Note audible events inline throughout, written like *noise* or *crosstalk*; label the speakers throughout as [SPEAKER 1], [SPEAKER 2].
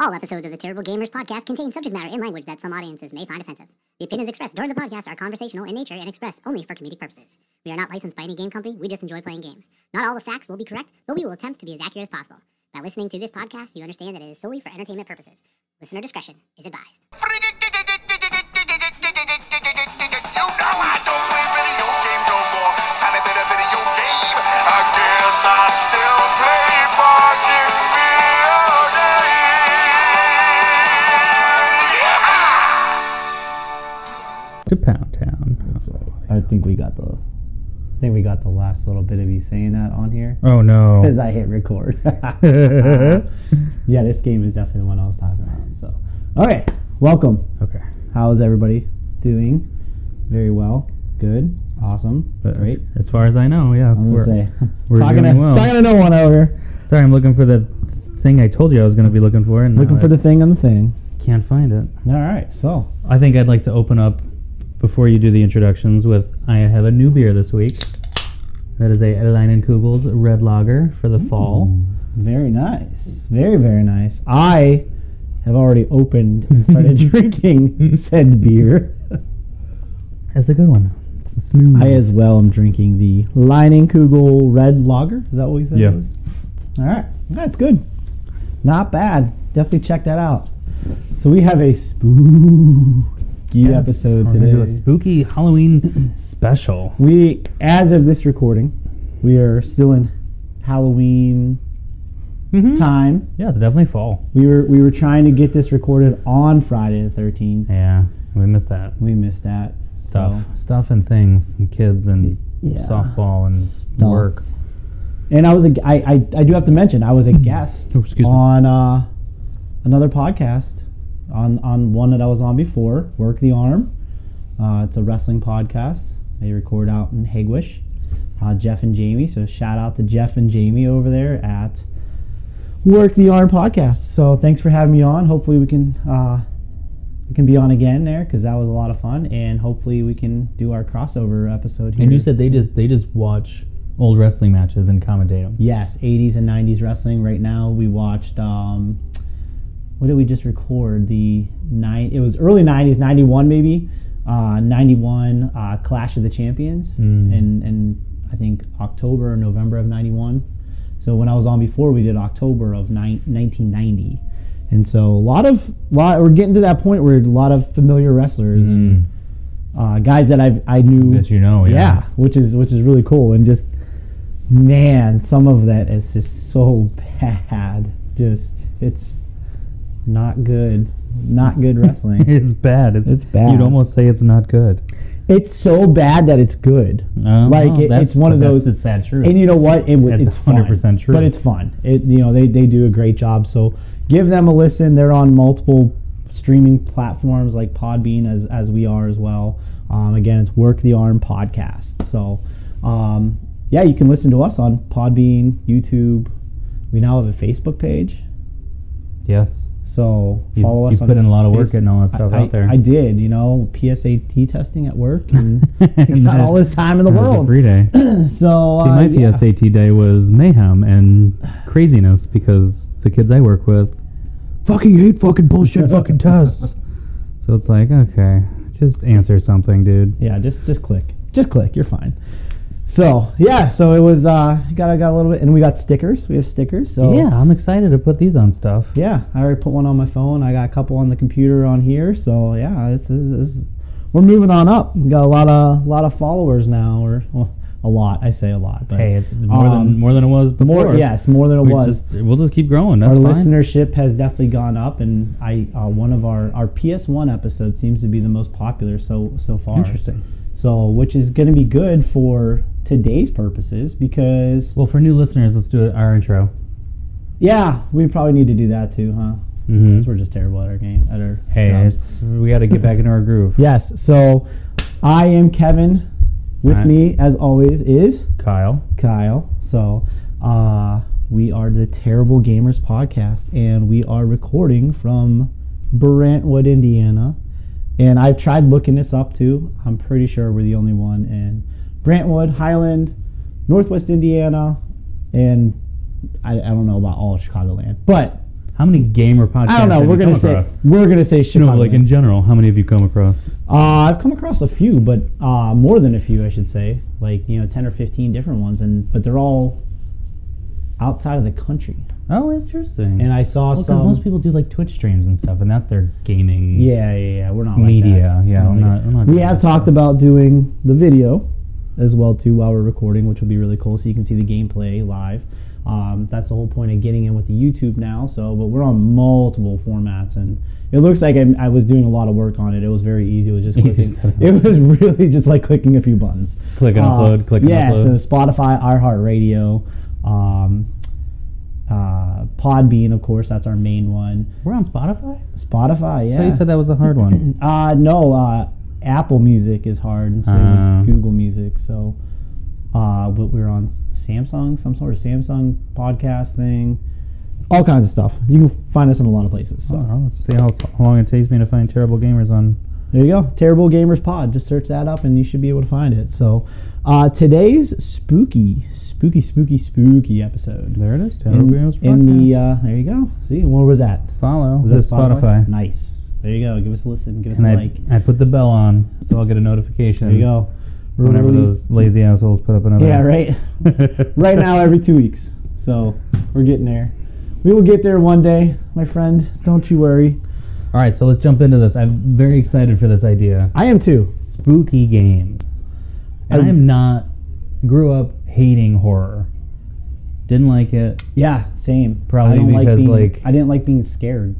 [SPEAKER 1] All episodes of the Terrible Gamers podcast contain subject matter and language that some audiences may find offensive. The opinions expressed during the podcast are conversational in nature and expressed only for comedic purposes. We are not licensed by any game company, we just enjoy playing games. Not all the facts will be correct, but we will attempt to be as accurate as possible. By listening to this podcast, you understand that it is solely for entertainment purposes. Listener discretion is advised.
[SPEAKER 2] You know I don't play video game no more. Tiny bit of video game. I guess I still play fucking video game.
[SPEAKER 3] to Pound Town.
[SPEAKER 4] That's right. I think we got the. I think we got the last little bit of you saying that on here *laughs*
[SPEAKER 3] Oh
[SPEAKER 4] because
[SPEAKER 3] no.
[SPEAKER 4] I hit record. *laughs*
[SPEAKER 3] Uh-huh.
[SPEAKER 4] yeah, this game is definitely the one I was talking about. So, all right, welcome.
[SPEAKER 3] okay.
[SPEAKER 4] How's everybody doing? Very well. Good. Awesome.
[SPEAKER 3] But
[SPEAKER 4] Great.
[SPEAKER 3] as far as I know, yeah.
[SPEAKER 4] I'm
[SPEAKER 3] we're-
[SPEAKER 4] gonna say
[SPEAKER 3] we're
[SPEAKER 4] talking
[SPEAKER 3] doing
[SPEAKER 4] to
[SPEAKER 3] well.
[SPEAKER 4] talking to no one over here.
[SPEAKER 3] Sorry, I'm looking for the thing I told you I was going to be looking for, and now
[SPEAKER 4] Looking for
[SPEAKER 3] I
[SPEAKER 4] the thing on the thing.
[SPEAKER 3] can't find it.
[SPEAKER 4] All right. So
[SPEAKER 3] I think I'd like to open up before you do the introductions with I have a new beer this week. That is a Edeline and Kugel's Red Lager for the fall.
[SPEAKER 4] Mm. very nice. Very very nice. I have already opened and
[SPEAKER 3] *laughs*
[SPEAKER 4] started drinking said beer.
[SPEAKER 3] It's a good one. It's a smooth.
[SPEAKER 4] I as well am drinking the Leinenkugel Red Lager. Is that what we said? it
[SPEAKER 3] Yeah.
[SPEAKER 4] was? All right. That's good. Not bad. Definitely check that out. So we have a spooky
[SPEAKER 3] Yes,
[SPEAKER 4] episode
[SPEAKER 3] we're gonna do
[SPEAKER 4] today.
[SPEAKER 3] a spooky
[SPEAKER 4] *clears throat*
[SPEAKER 3] Halloween special.
[SPEAKER 4] we, as of this recording, we are still in Halloween
[SPEAKER 3] Mhm.
[SPEAKER 4] time.
[SPEAKER 3] Yeah, it's definitely fall.
[SPEAKER 4] We were we were trying to get this recorded on Friday the 13th.
[SPEAKER 3] Yeah, we missed that.
[SPEAKER 4] We missed that.
[SPEAKER 3] stuff,
[SPEAKER 4] So,
[SPEAKER 3] stuff and things, and kids and
[SPEAKER 4] yeah.
[SPEAKER 3] softball and work.
[SPEAKER 4] And I was a I, I, I do have to mention I was a guest
[SPEAKER 3] Oh, excuse me.
[SPEAKER 4] on uh, another podcast on on one that I was on before Work the Arm. Uh, it's a wrestling podcast. They record out in Hagwish. Uh, Jeff and Jamie. So shout out to Jeff and Jamie over there at Work the Arm podcast. So thanks for having me on. Hopefully we can uh, we can be on again there because that was a lot of fun, and hopefully we can do our crossover episode here.
[SPEAKER 3] And you said they
[SPEAKER 4] soon.
[SPEAKER 3] just they just watch old wrestling matches and commentate them.
[SPEAKER 4] Yes, 80s and 90s wrestling. Right now, we watched. Um, what did we just record? The nine. It was early 90s, 91 maybe. Uh, 91 uh, Clash of the Champions,
[SPEAKER 3] Mm.
[SPEAKER 4] and and I think October or November of 91. So when I was on before, we did October of nine, 1990, and so a lot of lot. We're getting to that point where a lot of familiar wrestlers and uh, guys that I I knew
[SPEAKER 3] Mm. That you know, yeah.
[SPEAKER 4] yeah, which is which is really cool and just man, some of that is just so bad. Just it's not good. Not good wrestling.
[SPEAKER 3] *laughs* It's bad. It's,
[SPEAKER 4] It's bad.
[SPEAKER 3] You'd almost say it's not good.
[SPEAKER 4] it's so bad that it's good. like it, it's one of those
[SPEAKER 3] It's sad truth.
[SPEAKER 4] and you know what? It would.
[SPEAKER 3] That's
[SPEAKER 4] it's fun,
[SPEAKER 3] 100% true.
[SPEAKER 4] But it's fun. It you know they they do a great job. So give them a listen. They're on multiple streaming platforms like Podbean as as we are as well. Um, again, it's Work the Arm podcast. So um, yeah, you can listen to us on Podbean, YouTube. We now have a Facebook page. *laughs*
[SPEAKER 3] yes.
[SPEAKER 4] So
[SPEAKER 3] You-
[SPEAKER 4] follow us.
[SPEAKER 3] you
[SPEAKER 4] on
[SPEAKER 3] put in a lot of work
[SPEAKER 4] Face-
[SPEAKER 3] getting all that stuff
[SPEAKER 4] I,
[SPEAKER 3] out there.
[SPEAKER 4] I did. You know, PSAT testing at work
[SPEAKER 3] *laughs*
[SPEAKER 4] and. *laughs*
[SPEAKER 3] And
[SPEAKER 4] Got
[SPEAKER 3] that-
[SPEAKER 4] all this time in
[SPEAKER 3] *laughs*
[SPEAKER 4] the
[SPEAKER 3] that was a
[SPEAKER 4] world.
[SPEAKER 3] free day. See,
[SPEAKER 4] So uh,
[SPEAKER 3] my
[SPEAKER 4] yeah.
[SPEAKER 3] PSAT day was mayhem and craziness because the kids I work with fucking hate fucking bullshit fucking
[SPEAKER 4] *laughs*
[SPEAKER 3] tests. So it's like, okay, just answer something, dude.
[SPEAKER 4] Yeah, just just click. Just click. You're fine. So yeah, so it was uh got I got a little bit and we got stickers. We have stickers. So
[SPEAKER 3] Yeah, I'm excited to put these on stuff.
[SPEAKER 4] yeah, I already put one on my phone. I got a couple on the computer on here. So yeah, this is, this is we're moving on up. We got a lot of lot of followers now, or well, a lot. I say a lot, but
[SPEAKER 3] Hey, it's more than
[SPEAKER 4] um,
[SPEAKER 3] more than it was before.
[SPEAKER 4] more yes, more than it
[SPEAKER 3] we
[SPEAKER 4] was.
[SPEAKER 3] Just, we'll just keep growing. That's
[SPEAKER 4] our
[SPEAKER 3] fine.
[SPEAKER 4] listenership has definitely gone up, and I uh, one of our our PS1 episode seems to be the most popular so so far.
[SPEAKER 3] Interesting.
[SPEAKER 4] So, which is going to be good for today's purposes because,
[SPEAKER 3] Well, for new listeners, let's do our intro.
[SPEAKER 4] yeah, we probably need to do that too, huh?
[SPEAKER 3] Mm-hmm.
[SPEAKER 4] Because we're just terrible at our game, at our
[SPEAKER 3] Hey,
[SPEAKER 4] jobs.
[SPEAKER 3] it's, we got to get back into our *laughs* groove.
[SPEAKER 4] Yes. So, I am Kevin. With
[SPEAKER 3] Alright.
[SPEAKER 4] me, as always, is
[SPEAKER 3] Kyle,
[SPEAKER 4] Kyle. So, uh, we are the Terrible Gamers podcast, and we are recording from Brentwood, Indiana. And I've tried looking this up too. I'm pretty sure we're the only one in Brentwood, Highland, Northwest Indiana, and I, I don't know about all of Chicagoland, but
[SPEAKER 3] How many gamer podcasts?
[SPEAKER 4] I don't know.
[SPEAKER 3] have
[SPEAKER 4] We're
[SPEAKER 3] you
[SPEAKER 4] gonna
[SPEAKER 3] come
[SPEAKER 4] say
[SPEAKER 3] across?
[SPEAKER 4] we're gonna say
[SPEAKER 3] You
[SPEAKER 4] Chicago.
[SPEAKER 3] know, like in general, how many have you come across?
[SPEAKER 4] uh, I've come across a few, but uh, more than a few, I should say. Like you know, ten or fifteen different ones, and but they're all outside of the country.
[SPEAKER 3] Oh, interesting.
[SPEAKER 4] And I saw
[SPEAKER 3] because
[SPEAKER 4] some.
[SPEAKER 3] most people do like Twitch streams and stuff, and that's their gaming.
[SPEAKER 4] yeah, yeah, yeah. We're not
[SPEAKER 3] Media,
[SPEAKER 4] Like that.
[SPEAKER 3] yeah,
[SPEAKER 4] We're
[SPEAKER 3] I'm not- I'm not
[SPEAKER 4] we
[SPEAKER 3] doing
[SPEAKER 4] have
[SPEAKER 3] that
[SPEAKER 4] talked about doing the video as well too while we're recording, which will be really cool. So you can see the gameplay live. Um, that's the whole point of getting in with the YouTube now. So, but we're on multiple formats, and it looks like I'm, I was doing a lot of work on it. It was very easy. It was
[SPEAKER 3] *laughs*
[SPEAKER 4] just
[SPEAKER 3] Easy
[SPEAKER 4] clicking.
[SPEAKER 3] setup.
[SPEAKER 4] It was really just like clicking a few buttons. Um,
[SPEAKER 3] Click and upload, click and
[SPEAKER 4] yeah,
[SPEAKER 3] upload.
[SPEAKER 4] so Spotify, iHeartRadio, um, uh, Podbean, of course. That's our main one.
[SPEAKER 3] We're on Spotify.
[SPEAKER 4] Spotify, yeah.
[SPEAKER 3] I thought you said that was a hard one. *laughs*
[SPEAKER 4] Uh, no, uh, Apple Music is hard, and so
[SPEAKER 3] Uh.
[SPEAKER 4] is Google Music. So, uh, but we're on Samsung, some sort of Samsung podcast thing, all kinds of stuff. You can find us in a lot of places. So
[SPEAKER 3] Well, let's see how, how long it takes me to find terrible gamers on.
[SPEAKER 4] there you go, Terrible Gamers Pod. Just search that up, and you should be able to find it. So, uh, today's spooky, spooky, spooky, spooky episode.
[SPEAKER 3] There it is. Terrible
[SPEAKER 4] In,
[SPEAKER 3] gamers.
[SPEAKER 4] in the
[SPEAKER 3] podcast.
[SPEAKER 4] uh, there you go. See, what was that?
[SPEAKER 3] follow
[SPEAKER 4] Was
[SPEAKER 3] the
[SPEAKER 4] that
[SPEAKER 3] Spotify.
[SPEAKER 4] Nice. There you go. Give us a listen. Give us
[SPEAKER 3] And
[SPEAKER 4] a
[SPEAKER 3] I,
[SPEAKER 4] like.
[SPEAKER 3] I put the bell on, so I'll get a notification.
[SPEAKER 4] There you go.
[SPEAKER 3] Whenever
[SPEAKER 4] Really-
[SPEAKER 3] those lazy assholes put up another. *laughs*
[SPEAKER 4] Yeah, right. right now, every two weeks. So we're getting there. We will get there one day, my friend. Don't you worry.
[SPEAKER 3] All right, so let's jump into this. I'm very excited for this idea.
[SPEAKER 4] I am too.
[SPEAKER 3] Spooky games. And
[SPEAKER 4] I-
[SPEAKER 3] I am not. Grew up hating horror. Didn't like it
[SPEAKER 4] Yeah, same.
[SPEAKER 3] Probably
[SPEAKER 4] I don't like,
[SPEAKER 3] because,
[SPEAKER 4] being,
[SPEAKER 3] like-
[SPEAKER 4] I didn't like being scared.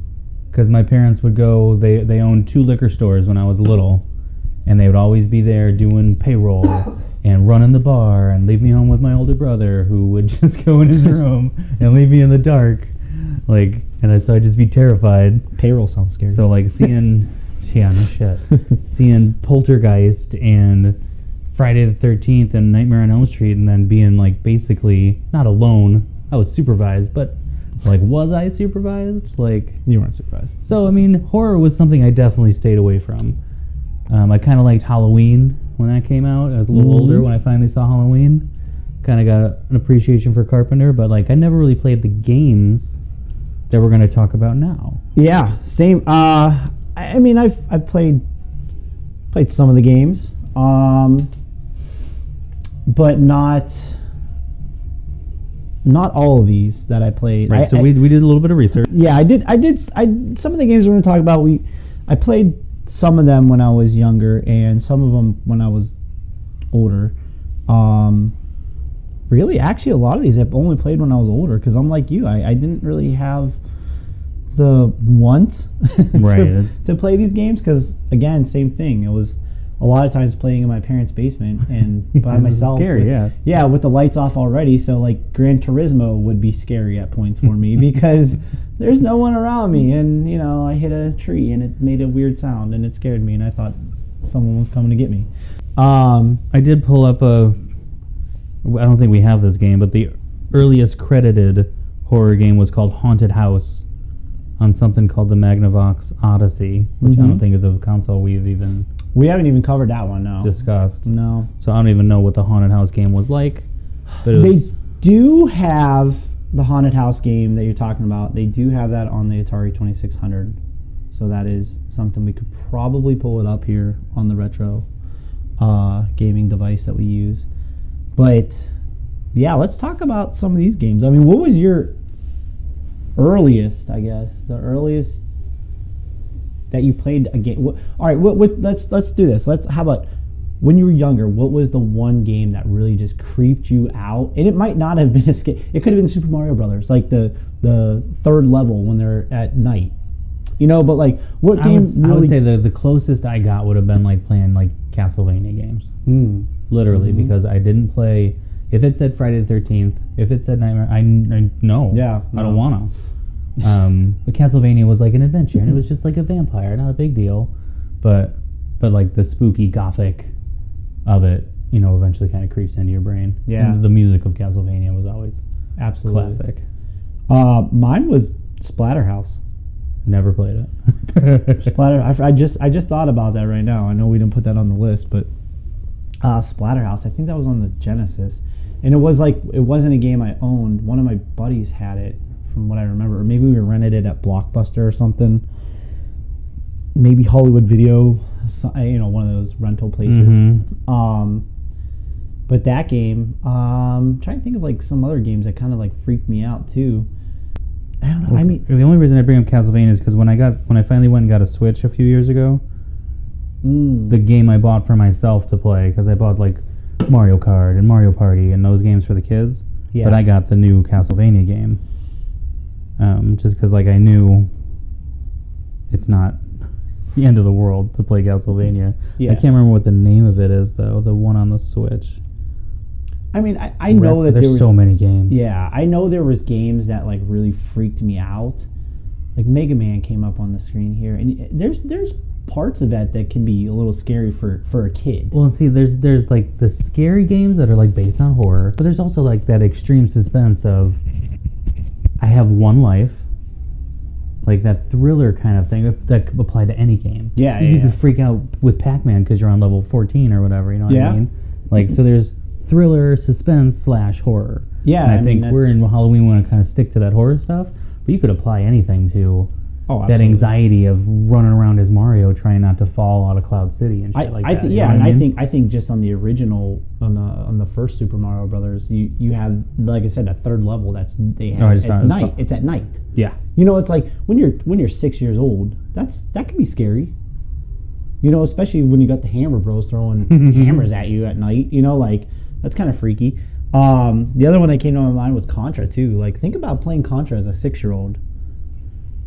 [SPEAKER 3] because my parents would go. They they owned two liquor stores when I was little, and they would always be there doing payroll and running the bar and leave me home with my older brother who would *laughs* just go in his room and leave me in the dark, like and I, so I'd just be terrified.
[SPEAKER 4] Payroll sounds scary.
[SPEAKER 3] So like seeing, yeah, no shit. seeing Poltergeist and Friday the Thirteenth and Nightmare on Elm Street, and then being like basically not alone. I was supervised, but like was I supervised? Like
[SPEAKER 4] you weren't surprised.
[SPEAKER 3] so. I mean, horror was something I definitely stayed away from. Um, I kind of liked Halloween when that came out. I was a little
[SPEAKER 4] Mhm.
[SPEAKER 3] older when I finally saw Halloween. Kind of got an appreciation for Carpenter, but like I never really played the games that we're going to talk about now.
[SPEAKER 4] Yeah, same. Uh, I, I mean, I've I played played some of the games, um, but not not all of these that I played.
[SPEAKER 3] Right.
[SPEAKER 4] I-
[SPEAKER 3] so
[SPEAKER 4] I-
[SPEAKER 3] we, we did a little bit of research.
[SPEAKER 4] yeah, I did. I did. I some of the games we're going to talk about. We, I played some of them when I was younger, and some of them when I was older. Um, really, actually, a lot of these I've only played when I was older because I'm like you. I, I didn't really have the want *laughs*
[SPEAKER 3] Right,
[SPEAKER 4] to,
[SPEAKER 3] it's-
[SPEAKER 4] to play these games because again, same thing. It was a lot of times playing in my parents' basement and by
[SPEAKER 3] This is
[SPEAKER 4] myself.
[SPEAKER 3] scary,
[SPEAKER 4] with-
[SPEAKER 3] yeah.
[SPEAKER 4] yeah, with the lights off already, so like Gran Turismo would be scary at points
[SPEAKER 3] *laughs*
[SPEAKER 4] for me because there's no one around me, and you know I hit a tree and it made a weird sound and it scared me, and I thought someone was coming to get me. Um,
[SPEAKER 3] I did pull up a. I don't think we have this game, but the earliest credited horror game was called Haunted House on something called the Magnavox Odyssey, which I don't
[SPEAKER 4] Mhm.
[SPEAKER 3] think is a console we've even
[SPEAKER 4] we haven't even covered that one, no.
[SPEAKER 3] discussed.
[SPEAKER 4] no,
[SPEAKER 3] So I don't even know what the Haunted House game was like. But it
[SPEAKER 4] they
[SPEAKER 3] was,
[SPEAKER 4] do have the haunted house game that you're talking about. They do have that on the Atari 2600, so that is something we could probably pull it up here on the retro uh, gaming device that we use. But yeah, let's talk about some of these games. I mean, what was your earliest? I guess the earliest that you played a game. What, all right, what, what, let's let's do this. Let's how about when you were younger? What was the one game that really just creeped you out? And it might not have been *laughs* a skit. It could have been Super Mario Brothers, like the the third level when they're at night. You know, but like what
[SPEAKER 3] I
[SPEAKER 4] game
[SPEAKER 3] would,
[SPEAKER 4] really?
[SPEAKER 3] I would say the, the closest I got would have been like playing like Castlevania games.
[SPEAKER 4] Mm.
[SPEAKER 3] Literally, because I didn't play. If it said Friday the Thirteenth, if it said Nightmare, I, I no,
[SPEAKER 4] Yeah,
[SPEAKER 3] I
[SPEAKER 4] no.
[SPEAKER 3] don't wanna. Um, but Castlevania was like an adventure, and it was just like a vampire, not a big deal, but but like the spooky gothic of it, you know, eventually kind of creeps into your brain.
[SPEAKER 4] Yeah.
[SPEAKER 3] and the music of Castlevania was always
[SPEAKER 4] Absolutely.
[SPEAKER 3] classic.
[SPEAKER 4] Uh, mine was Splatterhouse.
[SPEAKER 3] Never played it. *laughs*
[SPEAKER 4] Splatter. I, I just I just thought about that right now. I know we didn't put that on the list, but uh, Splatterhouse. I think that was on the Genesis, and it was like it wasn't a game I owned. One of my buddies had it from what I remember. Or maybe we rented it at Blockbuster or something. Maybe Hollywood Video, so- you know, one of those rental places.
[SPEAKER 3] Mm-hmm.
[SPEAKER 4] Um, but that game, um, trying to think of like some other games that kind of like freaked me out too. I don't know. I mean,
[SPEAKER 3] the only reason I bring up Castlevania is because when I got when I finally went and got a Switch a few years ago,
[SPEAKER 4] mm,
[SPEAKER 3] the game I bought for myself to play because I bought like Mario Kart and Mario Party and those games for the kids.
[SPEAKER 4] yeah.
[SPEAKER 3] But I got the new Castlevania game, um, just because like I knew it's not *laughs* the end of the world to play Castlevania.
[SPEAKER 4] Yeah.
[SPEAKER 3] I can't remember what the name of it is though. The one on the Switch.
[SPEAKER 4] I mean, I, I know that
[SPEAKER 3] there's
[SPEAKER 4] there was
[SPEAKER 3] so many games.
[SPEAKER 4] Yeah, I know there was games that like really freaked me out. Like Mega Man came up on the screen here, and eh, there's there's parts of that that can be a little scary for for a kid.
[SPEAKER 3] Well, see, there's there's like the scary games that are like based on horror, but there's also like that extreme suspense of I have one life, like that thriller kind of thing if that could apply to any game.
[SPEAKER 4] Yeah,
[SPEAKER 3] you
[SPEAKER 4] yeah,
[SPEAKER 3] could
[SPEAKER 4] yeah.
[SPEAKER 3] freak out with Pac-Man because you're on level 14 or whatever. You know what
[SPEAKER 4] Yeah.
[SPEAKER 3] I mean? Like, so there's thriller, suspense slash horror.
[SPEAKER 4] Yeah,
[SPEAKER 3] and I,
[SPEAKER 4] I mean,
[SPEAKER 3] think we're
[SPEAKER 4] that's-
[SPEAKER 3] in Halloween. We want to kind of stick to that horror stuff, but you could apply anything to.
[SPEAKER 4] Oh,
[SPEAKER 3] That anxiety of running around as Mario, trying not to fall out of Cloud City and shit
[SPEAKER 4] I,
[SPEAKER 3] like
[SPEAKER 4] I
[SPEAKER 3] that.
[SPEAKER 4] thi-
[SPEAKER 3] you know
[SPEAKER 4] yeah,
[SPEAKER 3] what
[SPEAKER 4] and I
[SPEAKER 3] mean?
[SPEAKER 4] think I think just on the original on the on the first Super Mario Brothers, you you have like I said a third level that's they have
[SPEAKER 3] Oh, I
[SPEAKER 4] it's
[SPEAKER 3] just found it was
[SPEAKER 4] night
[SPEAKER 3] fu-
[SPEAKER 4] it's at night.
[SPEAKER 3] yeah,
[SPEAKER 4] You know, it's like when you're when you're six years old, that's that can be scary. You know, especially when you got the hammer bros throwing
[SPEAKER 3] *laughs*
[SPEAKER 4] hammers at you at night. You know, like that's kind of freaky. Um, the other one that came to my mind was Contra too. Like, think about playing Contra as a six year old.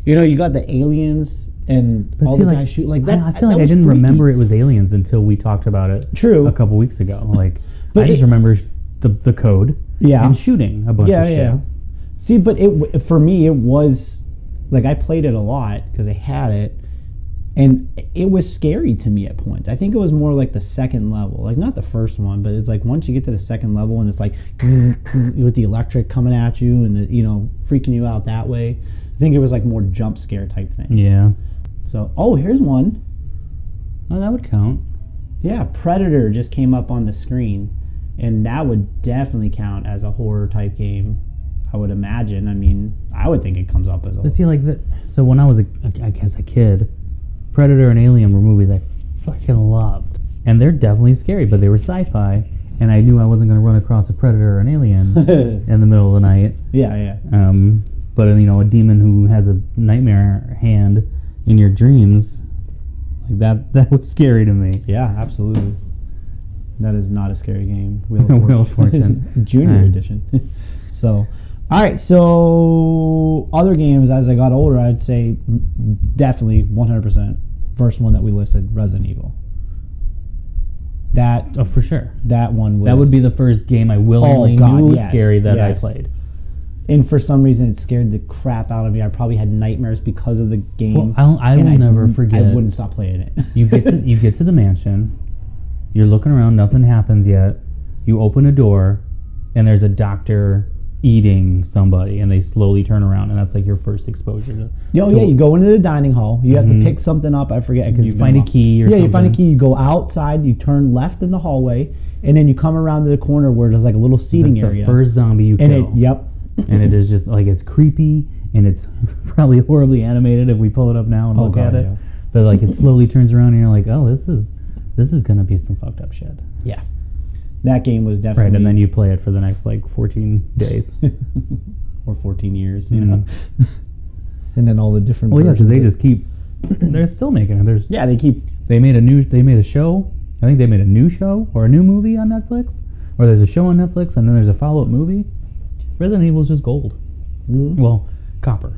[SPEAKER 4] You know, you got the aliens and all the guys shoot like that.
[SPEAKER 3] I, I feel
[SPEAKER 4] that
[SPEAKER 3] like I
[SPEAKER 4] was
[SPEAKER 3] didn't
[SPEAKER 4] freaky.
[SPEAKER 3] remember it was aliens until we talked about it.
[SPEAKER 4] True.
[SPEAKER 3] A couple weeks ago, like
[SPEAKER 4] But
[SPEAKER 3] I just
[SPEAKER 4] it-
[SPEAKER 3] remember sh- the the code.
[SPEAKER 4] Yeah.
[SPEAKER 3] And shooting a bunch
[SPEAKER 4] Yeah,
[SPEAKER 3] of shit.
[SPEAKER 4] yeah. See, but it w- for me it was like I played it a lot because I had it, and it was scary to me at points. I think it was more like the second level, like not the first one, but it's like once you get to the second level and it's like *laughs* with the electric coming at you and the, you know freaking you out that way. I think it was like more jump scare type things.
[SPEAKER 3] Yeah.
[SPEAKER 4] So oh, here's one.
[SPEAKER 3] Well, that would count.
[SPEAKER 4] Yeah, Predator just came up on the screen, and that would definitely count as a horror type game. I would imagine. I mean, I would think it comes up as a.
[SPEAKER 3] But see, like the, so when I was a, I guess a kid, Predator and Alien were movies I fucking loved, and they're definitely scary, but they were sci-fi, and I knew I wasn't gonna run across a Predator or an
[SPEAKER 4] *laughs*
[SPEAKER 3] alien in the middle of the night.
[SPEAKER 4] yeah, yeah,
[SPEAKER 3] Um, but you know, a demon who has a nightmare hand in your dreams, like that, *laughs* that was scary to me.
[SPEAKER 4] yeah, absolutely. That is not a
[SPEAKER 3] *laughs*
[SPEAKER 4] scary game. Wheel
[SPEAKER 3] Wheel of Fortune.
[SPEAKER 4] *laughs* Junior
[SPEAKER 3] Alright.
[SPEAKER 4] edition. *laughs* so, all right. So other games as I got older, I'd say mm, definitely 100% first one that we listed, Resident Evil. That
[SPEAKER 3] Oh, for sure.
[SPEAKER 4] that one was
[SPEAKER 3] That would be the first game I willingly
[SPEAKER 4] Oh, God,
[SPEAKER 3] knew was
[SPEAKER 4] yes,
[SPEAKER 3] scary that I
[SPEAKER 4] yes.
[SPEAKER 3] played.
[SPEAKER 4] and for some reason it scared the crap out of me. I probably had nightmares because of the game.
[SPEAKER 3] Well, I'll, I will
[SPEAKER 4] and I
[SPEAKER 3] never
[SPEAKER 4] wouldn't-
[SPEAKER 3] forget.
[SPEAKER 4] I wouldn't stop playing it.
[SPEAKER 3] you get
[SPEAKER 4] *laughs*
[SPEAKER 3] to you get to the mansion. You're looking around. Nothing happens yet. You open a door, and there's a doctor eating somebody, and they slowly turn around, and that's like your first exposure to.
[SPEAKER 4] Yo,
[SPEAKER 3] to- Mm-hmm.
[SPEAKER 4] yeah, you go into the dining hall. You have to pick something up. I forget. 'cause
[SPEAKER 3] You
[SPEAKER 4] it's
[SPEAKER 3] find
[SPEAKER 4] been
[SPEAKER 3] a
[SPEAKER 4] while.
[SPEAKER 3] key or
[SPEAKER 4] yeah, you find a
[SPEAKER 3] something.
[SPEAKER 4] key. You go outside. You turn left in the hallway, and then you come around to the corner where there's like a little
[SPEAKER 3] That's
[SPEAKER 4] seating
[SPEAKER 3] the
[SPEAKER 4] area.
[SPEAKER 3] first zombie you
[SPEAKER 4] and
[SPEAKER 3] kill.
[SPEAKER 4] it, yep,
[SPEAKER 3] and it is just like it's creepy and it's *laughs* probably horribly animated if we pull it up now and look
[SPEAKER 4] God,
[SPEAKER 3] at it.
[SPEAKER 4] yeah.
[SPEAKER 3] But like it slowly turns around and you're like, oh, this is this is gonna be some fucked up shit.
[SPEAKER 4] yeah. That game was definitely
[SPEAKER 3] Right, and then you play it for the next like 14 *laughs* days.
[SPEAKER 4] or 14 years, you know. *laughs* and then all the different.
[SPEAKER 3] Mm-hmm. well, yeah, because
[SPEAKER 4] versions
[SPEAKER 3] they
[SPEAKER 4] of-
[SPEAKER 3] just *clears throat* keep they're still making it. There's
[SPEAKER 4] yeah
[SPEAKER 3] *laughs*
[SPEAKER 4] they keep *laughs*
[SPEAKER 3] they made a new they made a show. I think they made a new show or a new movie on Netflix, or there's a show on Netflix and then there's a follow up movie. Resident Evil is just gold. Well, *laughs* copper.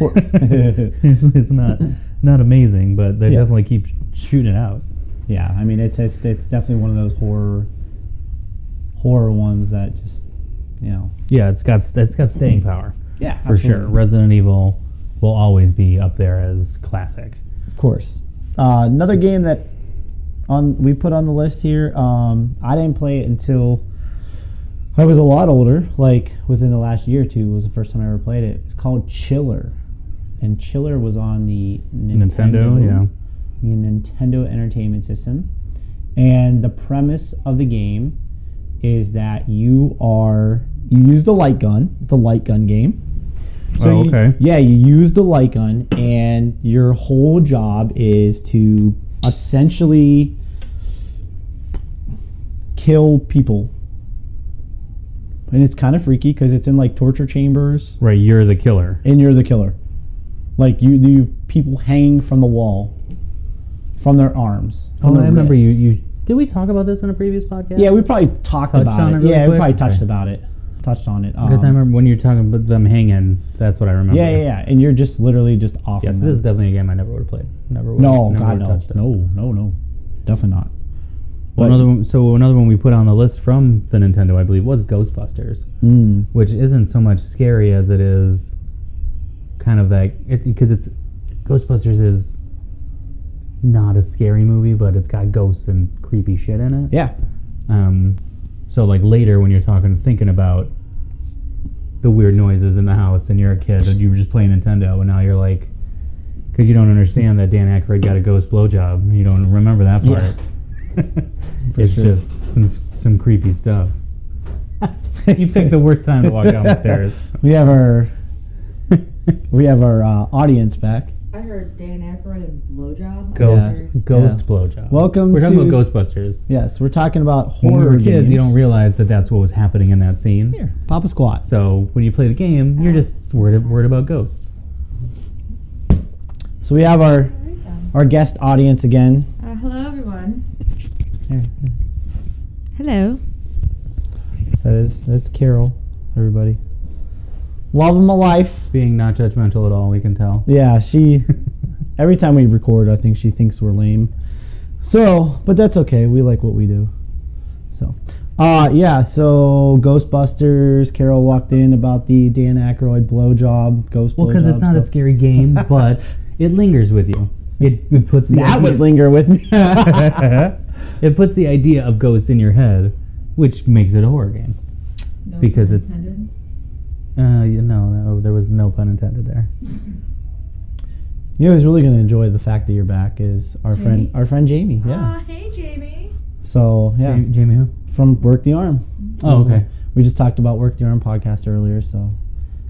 [SPEAKER 3] it's, it's not not amazing, but they
[SPEAKER 4] Yeah.
[SPEAKER 3] definitely keep shooting it out.
[SPEAKER 4] Yeah, I mean it's it's it's definitely one of those horror horror ones that just you know.
[SPEAKER 3] Yeah, it's got it's got staying power
[SPEAKER 4] Yeah,
[SPEAKER 3] for sure. Resident Evil will always be up there as classic.
[SPEAKER 4] Of course. Uh, another game that on we put on the list here. Um, I didn't play it until I was a lot older. Like within the last year or two was the first time I ever played it. It's called Chiller, and Chiller was on the
[SPEAKER 3] Nintendo, yeah.
[SPEAKER 4] the Nintendo Entertainment System. And the premise of the game is that you are you use the light gun, the light gun game, So
[SPEAKER 3] Oh,
[SPEAKER 4] you-
[SPEAKER 3] okay.
[SPEAKER 4] yeah, you use the light gun, and your whole job is to essentially kill people. And it's kind of freaky because it's in like torture chambers,
[SPEAKER 3] Right, you're the killer.
[SPEAKER 4] and you're the killer. Like you, you people hang from the wall, from their arms.
[SPEAKER 3] Oh,
[SPEAKER 4] from their
[SPEAKER 3] I remember you.
[SPEAKER 4] wrists.
[SPEAKER 3] You did we talk about this in a previous podcast?
[SPEAKER 4] Yeah, we probably talked
[SPEAKER 3] Touched
[SPEAKER 4] about
[SPEAKER 3] on
[SPEAKER 4] it.
[SPEAKER 3] it really
[SPEAKER 4] yeah, we
[SPEAKER 3] quick?
[SPEAKER 4] probably touched
[SPEAKER 3] Okay.
[SPEAKER 4] about it. Touched on it.
[SPEAKER 3] because I
[SPEAKER 4] um,
[SPEAKER 3] remember when you were talking about them hanging. That's what I remember.
[SPEAKER 4] yeah, yeah, yeah, and you're just literally just off.
[SPEAKER 3] Yes,
[SPEAKER 4] them.
[SPEAKER 3] this is definitely a game I never would have played. Never would.
[SPEAKER 4] No,
[SPEAKER 3] never
[SPEAKER 4] God,
[SPEAKER 3] would've
[SPEAKER 4] no,
[SPEAKER 3] touched it.
[SPEAKER 4] no, no, no, definitely not.
[SPEAKER 3] Well, another one, so another one we put on the list from the Nintendo, I believe, was Ghostbusters,
[SPEAKER 4] Mm,
[SPEAKER 3] which isn't so much scary as it is kind of that it, because it's Ghostbusters is not a scary movie, but it's got ghosts and creepy shit in it.
[SPEAKER 4] yeah,
[SPEAKER 3] Um, so like later when you're talking, thinking about the weird noises in the house, and you're a kid and you were just playing Nintendo, and now you're like, because you don't understand that Dan Aykroyd got a ghost blowjob. You don't remember that part.
[SPEAKER 4] *laughs* Yeah.
[SPEAKER 3] it's
[SPEAKER 4] sure.
[SPEAKER 3] just some some creepy stuff. *laughs* you picked the worst time to walk
[SPEAKER 4] *laughs*
[SPEAKER 3] down the stairs. *laughs*
[SPEAKER 4] we have our we have our uh, audience back.
[SPEAKER 5] I heard Dan Aykroyd and blowjob.
[SPEAKER 3] Ghost,
[SPEAKER 4] Yeah.
[SPEAKER 3] ghost
[SPEAKER 4] Yeah.
[SPEAKER 3] blowjob.
[SPEAKER 4] Welcome
[SPEAKER 3] We're talking
[SPEAKER 4] to-
[SPEAKER 3] about Ghostbusters.
[SPEAKER 4] Yes, we're talking about horror
[SPEAKER 3] When we were kids,
[SPEAKER 4] games.
[SPEAKER 3] you don't realize that that's what was happening in that scene.
[SPEAKER 4] Here, Papa Squat.
[SPEAKER 3] So when you play the game, you're just worried, worried about ghosts.
[SPEAKER 4] So we have our our guest audience again.
[SPEAKER 5] um, Uh, hello,
[SPEAKER 4] *laughs*
[SPEAKER 5] everyone.
[SPEAKER 4] Here, here.
[SPEAKER 5] Hello.
[SPEAKER 4] So that is that's Carol, everybody. Love of my life.
[SPEAKER 3] Being not judgmental at all, we can tell. *laughs*
[SPEAKER 4] Yeah, she. Every time we record, I think she thinks we're lame. So, but that's okay. We like what we do. So, uh, yeah. So Ghostbusters. Carol walked in about the Dan Aykroyd blowjob. Ghost.
[SPEAKER 3] Well, because it's
[SPEAKER 4] blowjob
[SPEAKER 3] not a
[SPEAKER 4] stuff.
[SPEAKER 3] scary game, *laughs* but it lingers with you. It, it puts the
[SPEAKER 4] That
[SPEAKER 3] *laughs*
[SPEAKER 4] would linger with me. *laughs*
[SPEAKER 3] it puts the idea of ghosts in your head, which makes it a horror game.
[SPEAKER 5] No
[SPEAKER 3] Because
[SPEAKER 5] pun
[SPEAKER 3] it's-
[SPEAKER 5] intended.
[SPEAKER 3] Uh, you know, no, there was no pun intended there.
[SPEAKER 4] you know, who's really gonna enjoy the fact that you're back is our friend,
[SPEAKER 5] Jamie?
[SPEAKER 4] our friend Jamie. Yeah.
[SPEAKER 5] Ah, hey, Jamie.
[SPEAKER 4] So yeah,
[SPEAKER 3] Jamie, Jamie who?
[SPEAKER 4] from Work the Arm.
[SPEAKER 3] Oh, okay.
[SPEAKER 4] We just talked about Work the Arm podcast earlier, so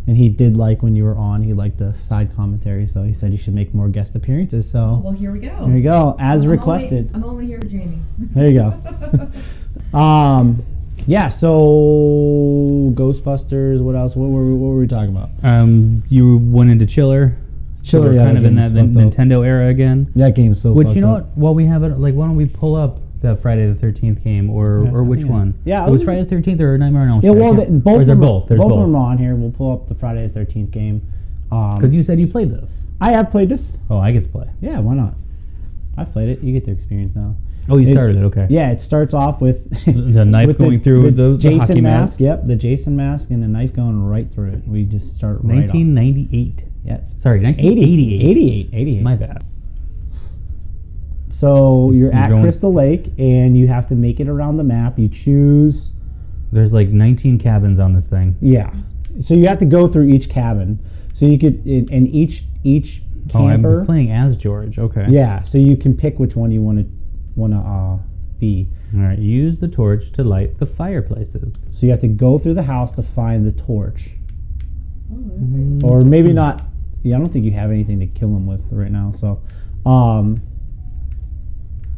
[SPEAKER 4] and he did like when you were on, he liked the side commentary, so he said you should make more guest appearances. So
[SPEAKER 5] Well, here we go.
[SPEAKER 4] there Oh. you go, as
[SPEAKER 5] I'm only-
[SPEAKER 4] requested.
[SPEAKER 5] *laughs* I'm only here for Jamie.
[SPEAKER 4] *laughs* There you
[SPEAKER 5] *laughs*
[SPEAKER 4] go. Um, yeah. So Ghostbusters. What else? What were we, what were we talking about?
[SPEAKER 3] Um, you went into Chiller. So
[SPEAKER 4] Chiller,
[SPEAKER 3] we're
[SPEAKER 4] yeah,
[SPEAKER 3] kind
[SPEAKER 4] that
[SPEAKER 3] of in that Nin-
[SPEAKER 4] game's fucked up.
[SPEAKER 3] Nintendo era again.
[SPEAKER 4] That game's so.
[SPEAKER 3] Which
[SPEAKER 4] fucked
[SPEAKER 3] you know
[SPEAKER 4] up.
[SPEAKER 3] what? While we have it, like, why don't we pull up the Friday the Thirteenth game, or
[SPEAKER 4] Yeah,
[SPEAKER 3] or
[SPEAKER 4] I
[SPEAKER 3] which
[SPEAKER 4] think it-
[SPEAKER 3] one?
[SPEAKER 4] yeah,
[SPEAKER 3] it was
[SPEAKER 4] I'll-
[SPEAKER 3] Friday the Thirteenth or Nightmare on Elm
[SPEAKER 4] Yeah.
[SPEAKER 3] Street. I
[SPEAKER 4] Well,
[SPEAKER 3] can't-
[SPEAKER 4] the, both
[SPEAKER 3] or
[SPEAKER 4] of
[SPEAKER 3] is there
[SPEAKER 4] them,
[SPEAKER 3] both. There's
[SPEAKER 4] both, of
[SPEAKER 3] both.
[SPEAKER 4] them are on here. We'll pull up the Friday the Thirteenth game. Um,
[SPEAKER 3] Because you said you played this.
[SPEAKER 4] I have played this.
[SPEAKER 3] Oh, I get to play.
[SPEAKER 4] Yeah. Why not? I've played it. You get the experience now.
[SPEAKER 3] Oh, you
[SPEAKER 4] It-
[SPEAKER 3] started it. Okay.
[SPEAKER 4] Yeah, it starts off with
[SPEAKER 3] the knife
[SPEAKER 4] *laughs* with
[SPEAKER 3] going through the- the
[SPEAKER 4] Jason
[SPEAKER 3] hockey mask.
[SPEAKER 4] mask. Yep, the Jason mask and the knife going right through it. We just start right off.
[SPEAKER 3] 1998.
[SPEAKER 4] Yes.
[SPEAKER 3] Sorry, 1988.
[SPEAKER 4] 88. 88.
[SPEAKER 3] My bad.
[SPEAKER 4] So you're
[SPEAKER 3] You're
[SPEAKER 4] at
[SPEAKER 3] going-
[SPEAKER 4] Crystal Lake and you have to make it around the map. You choose.
[SPEAKER 3] There's like 19 cabins on this thing.
[SPEAKER 4] Yeah. So you have to go through each cabin. So you could and and each each
[SPEAKER 3] Oh, I'm
[SPEAKER 4] camper.
[SPEAKER 3] playing as George. Okay.
[SPEAKER 4] yeah. So you can pick which one you want to want to uh, be.
[SPEAKER 3] All right. Use the torch to light the fireplaces.
[SPEAKER 4] So you have to go through the house to find the torch.
[SPEAKER 5] Oh, okay.
[SPEAKER 4] or maybe not. Yeah, I don't think you have anything to kill him with right now. So, um,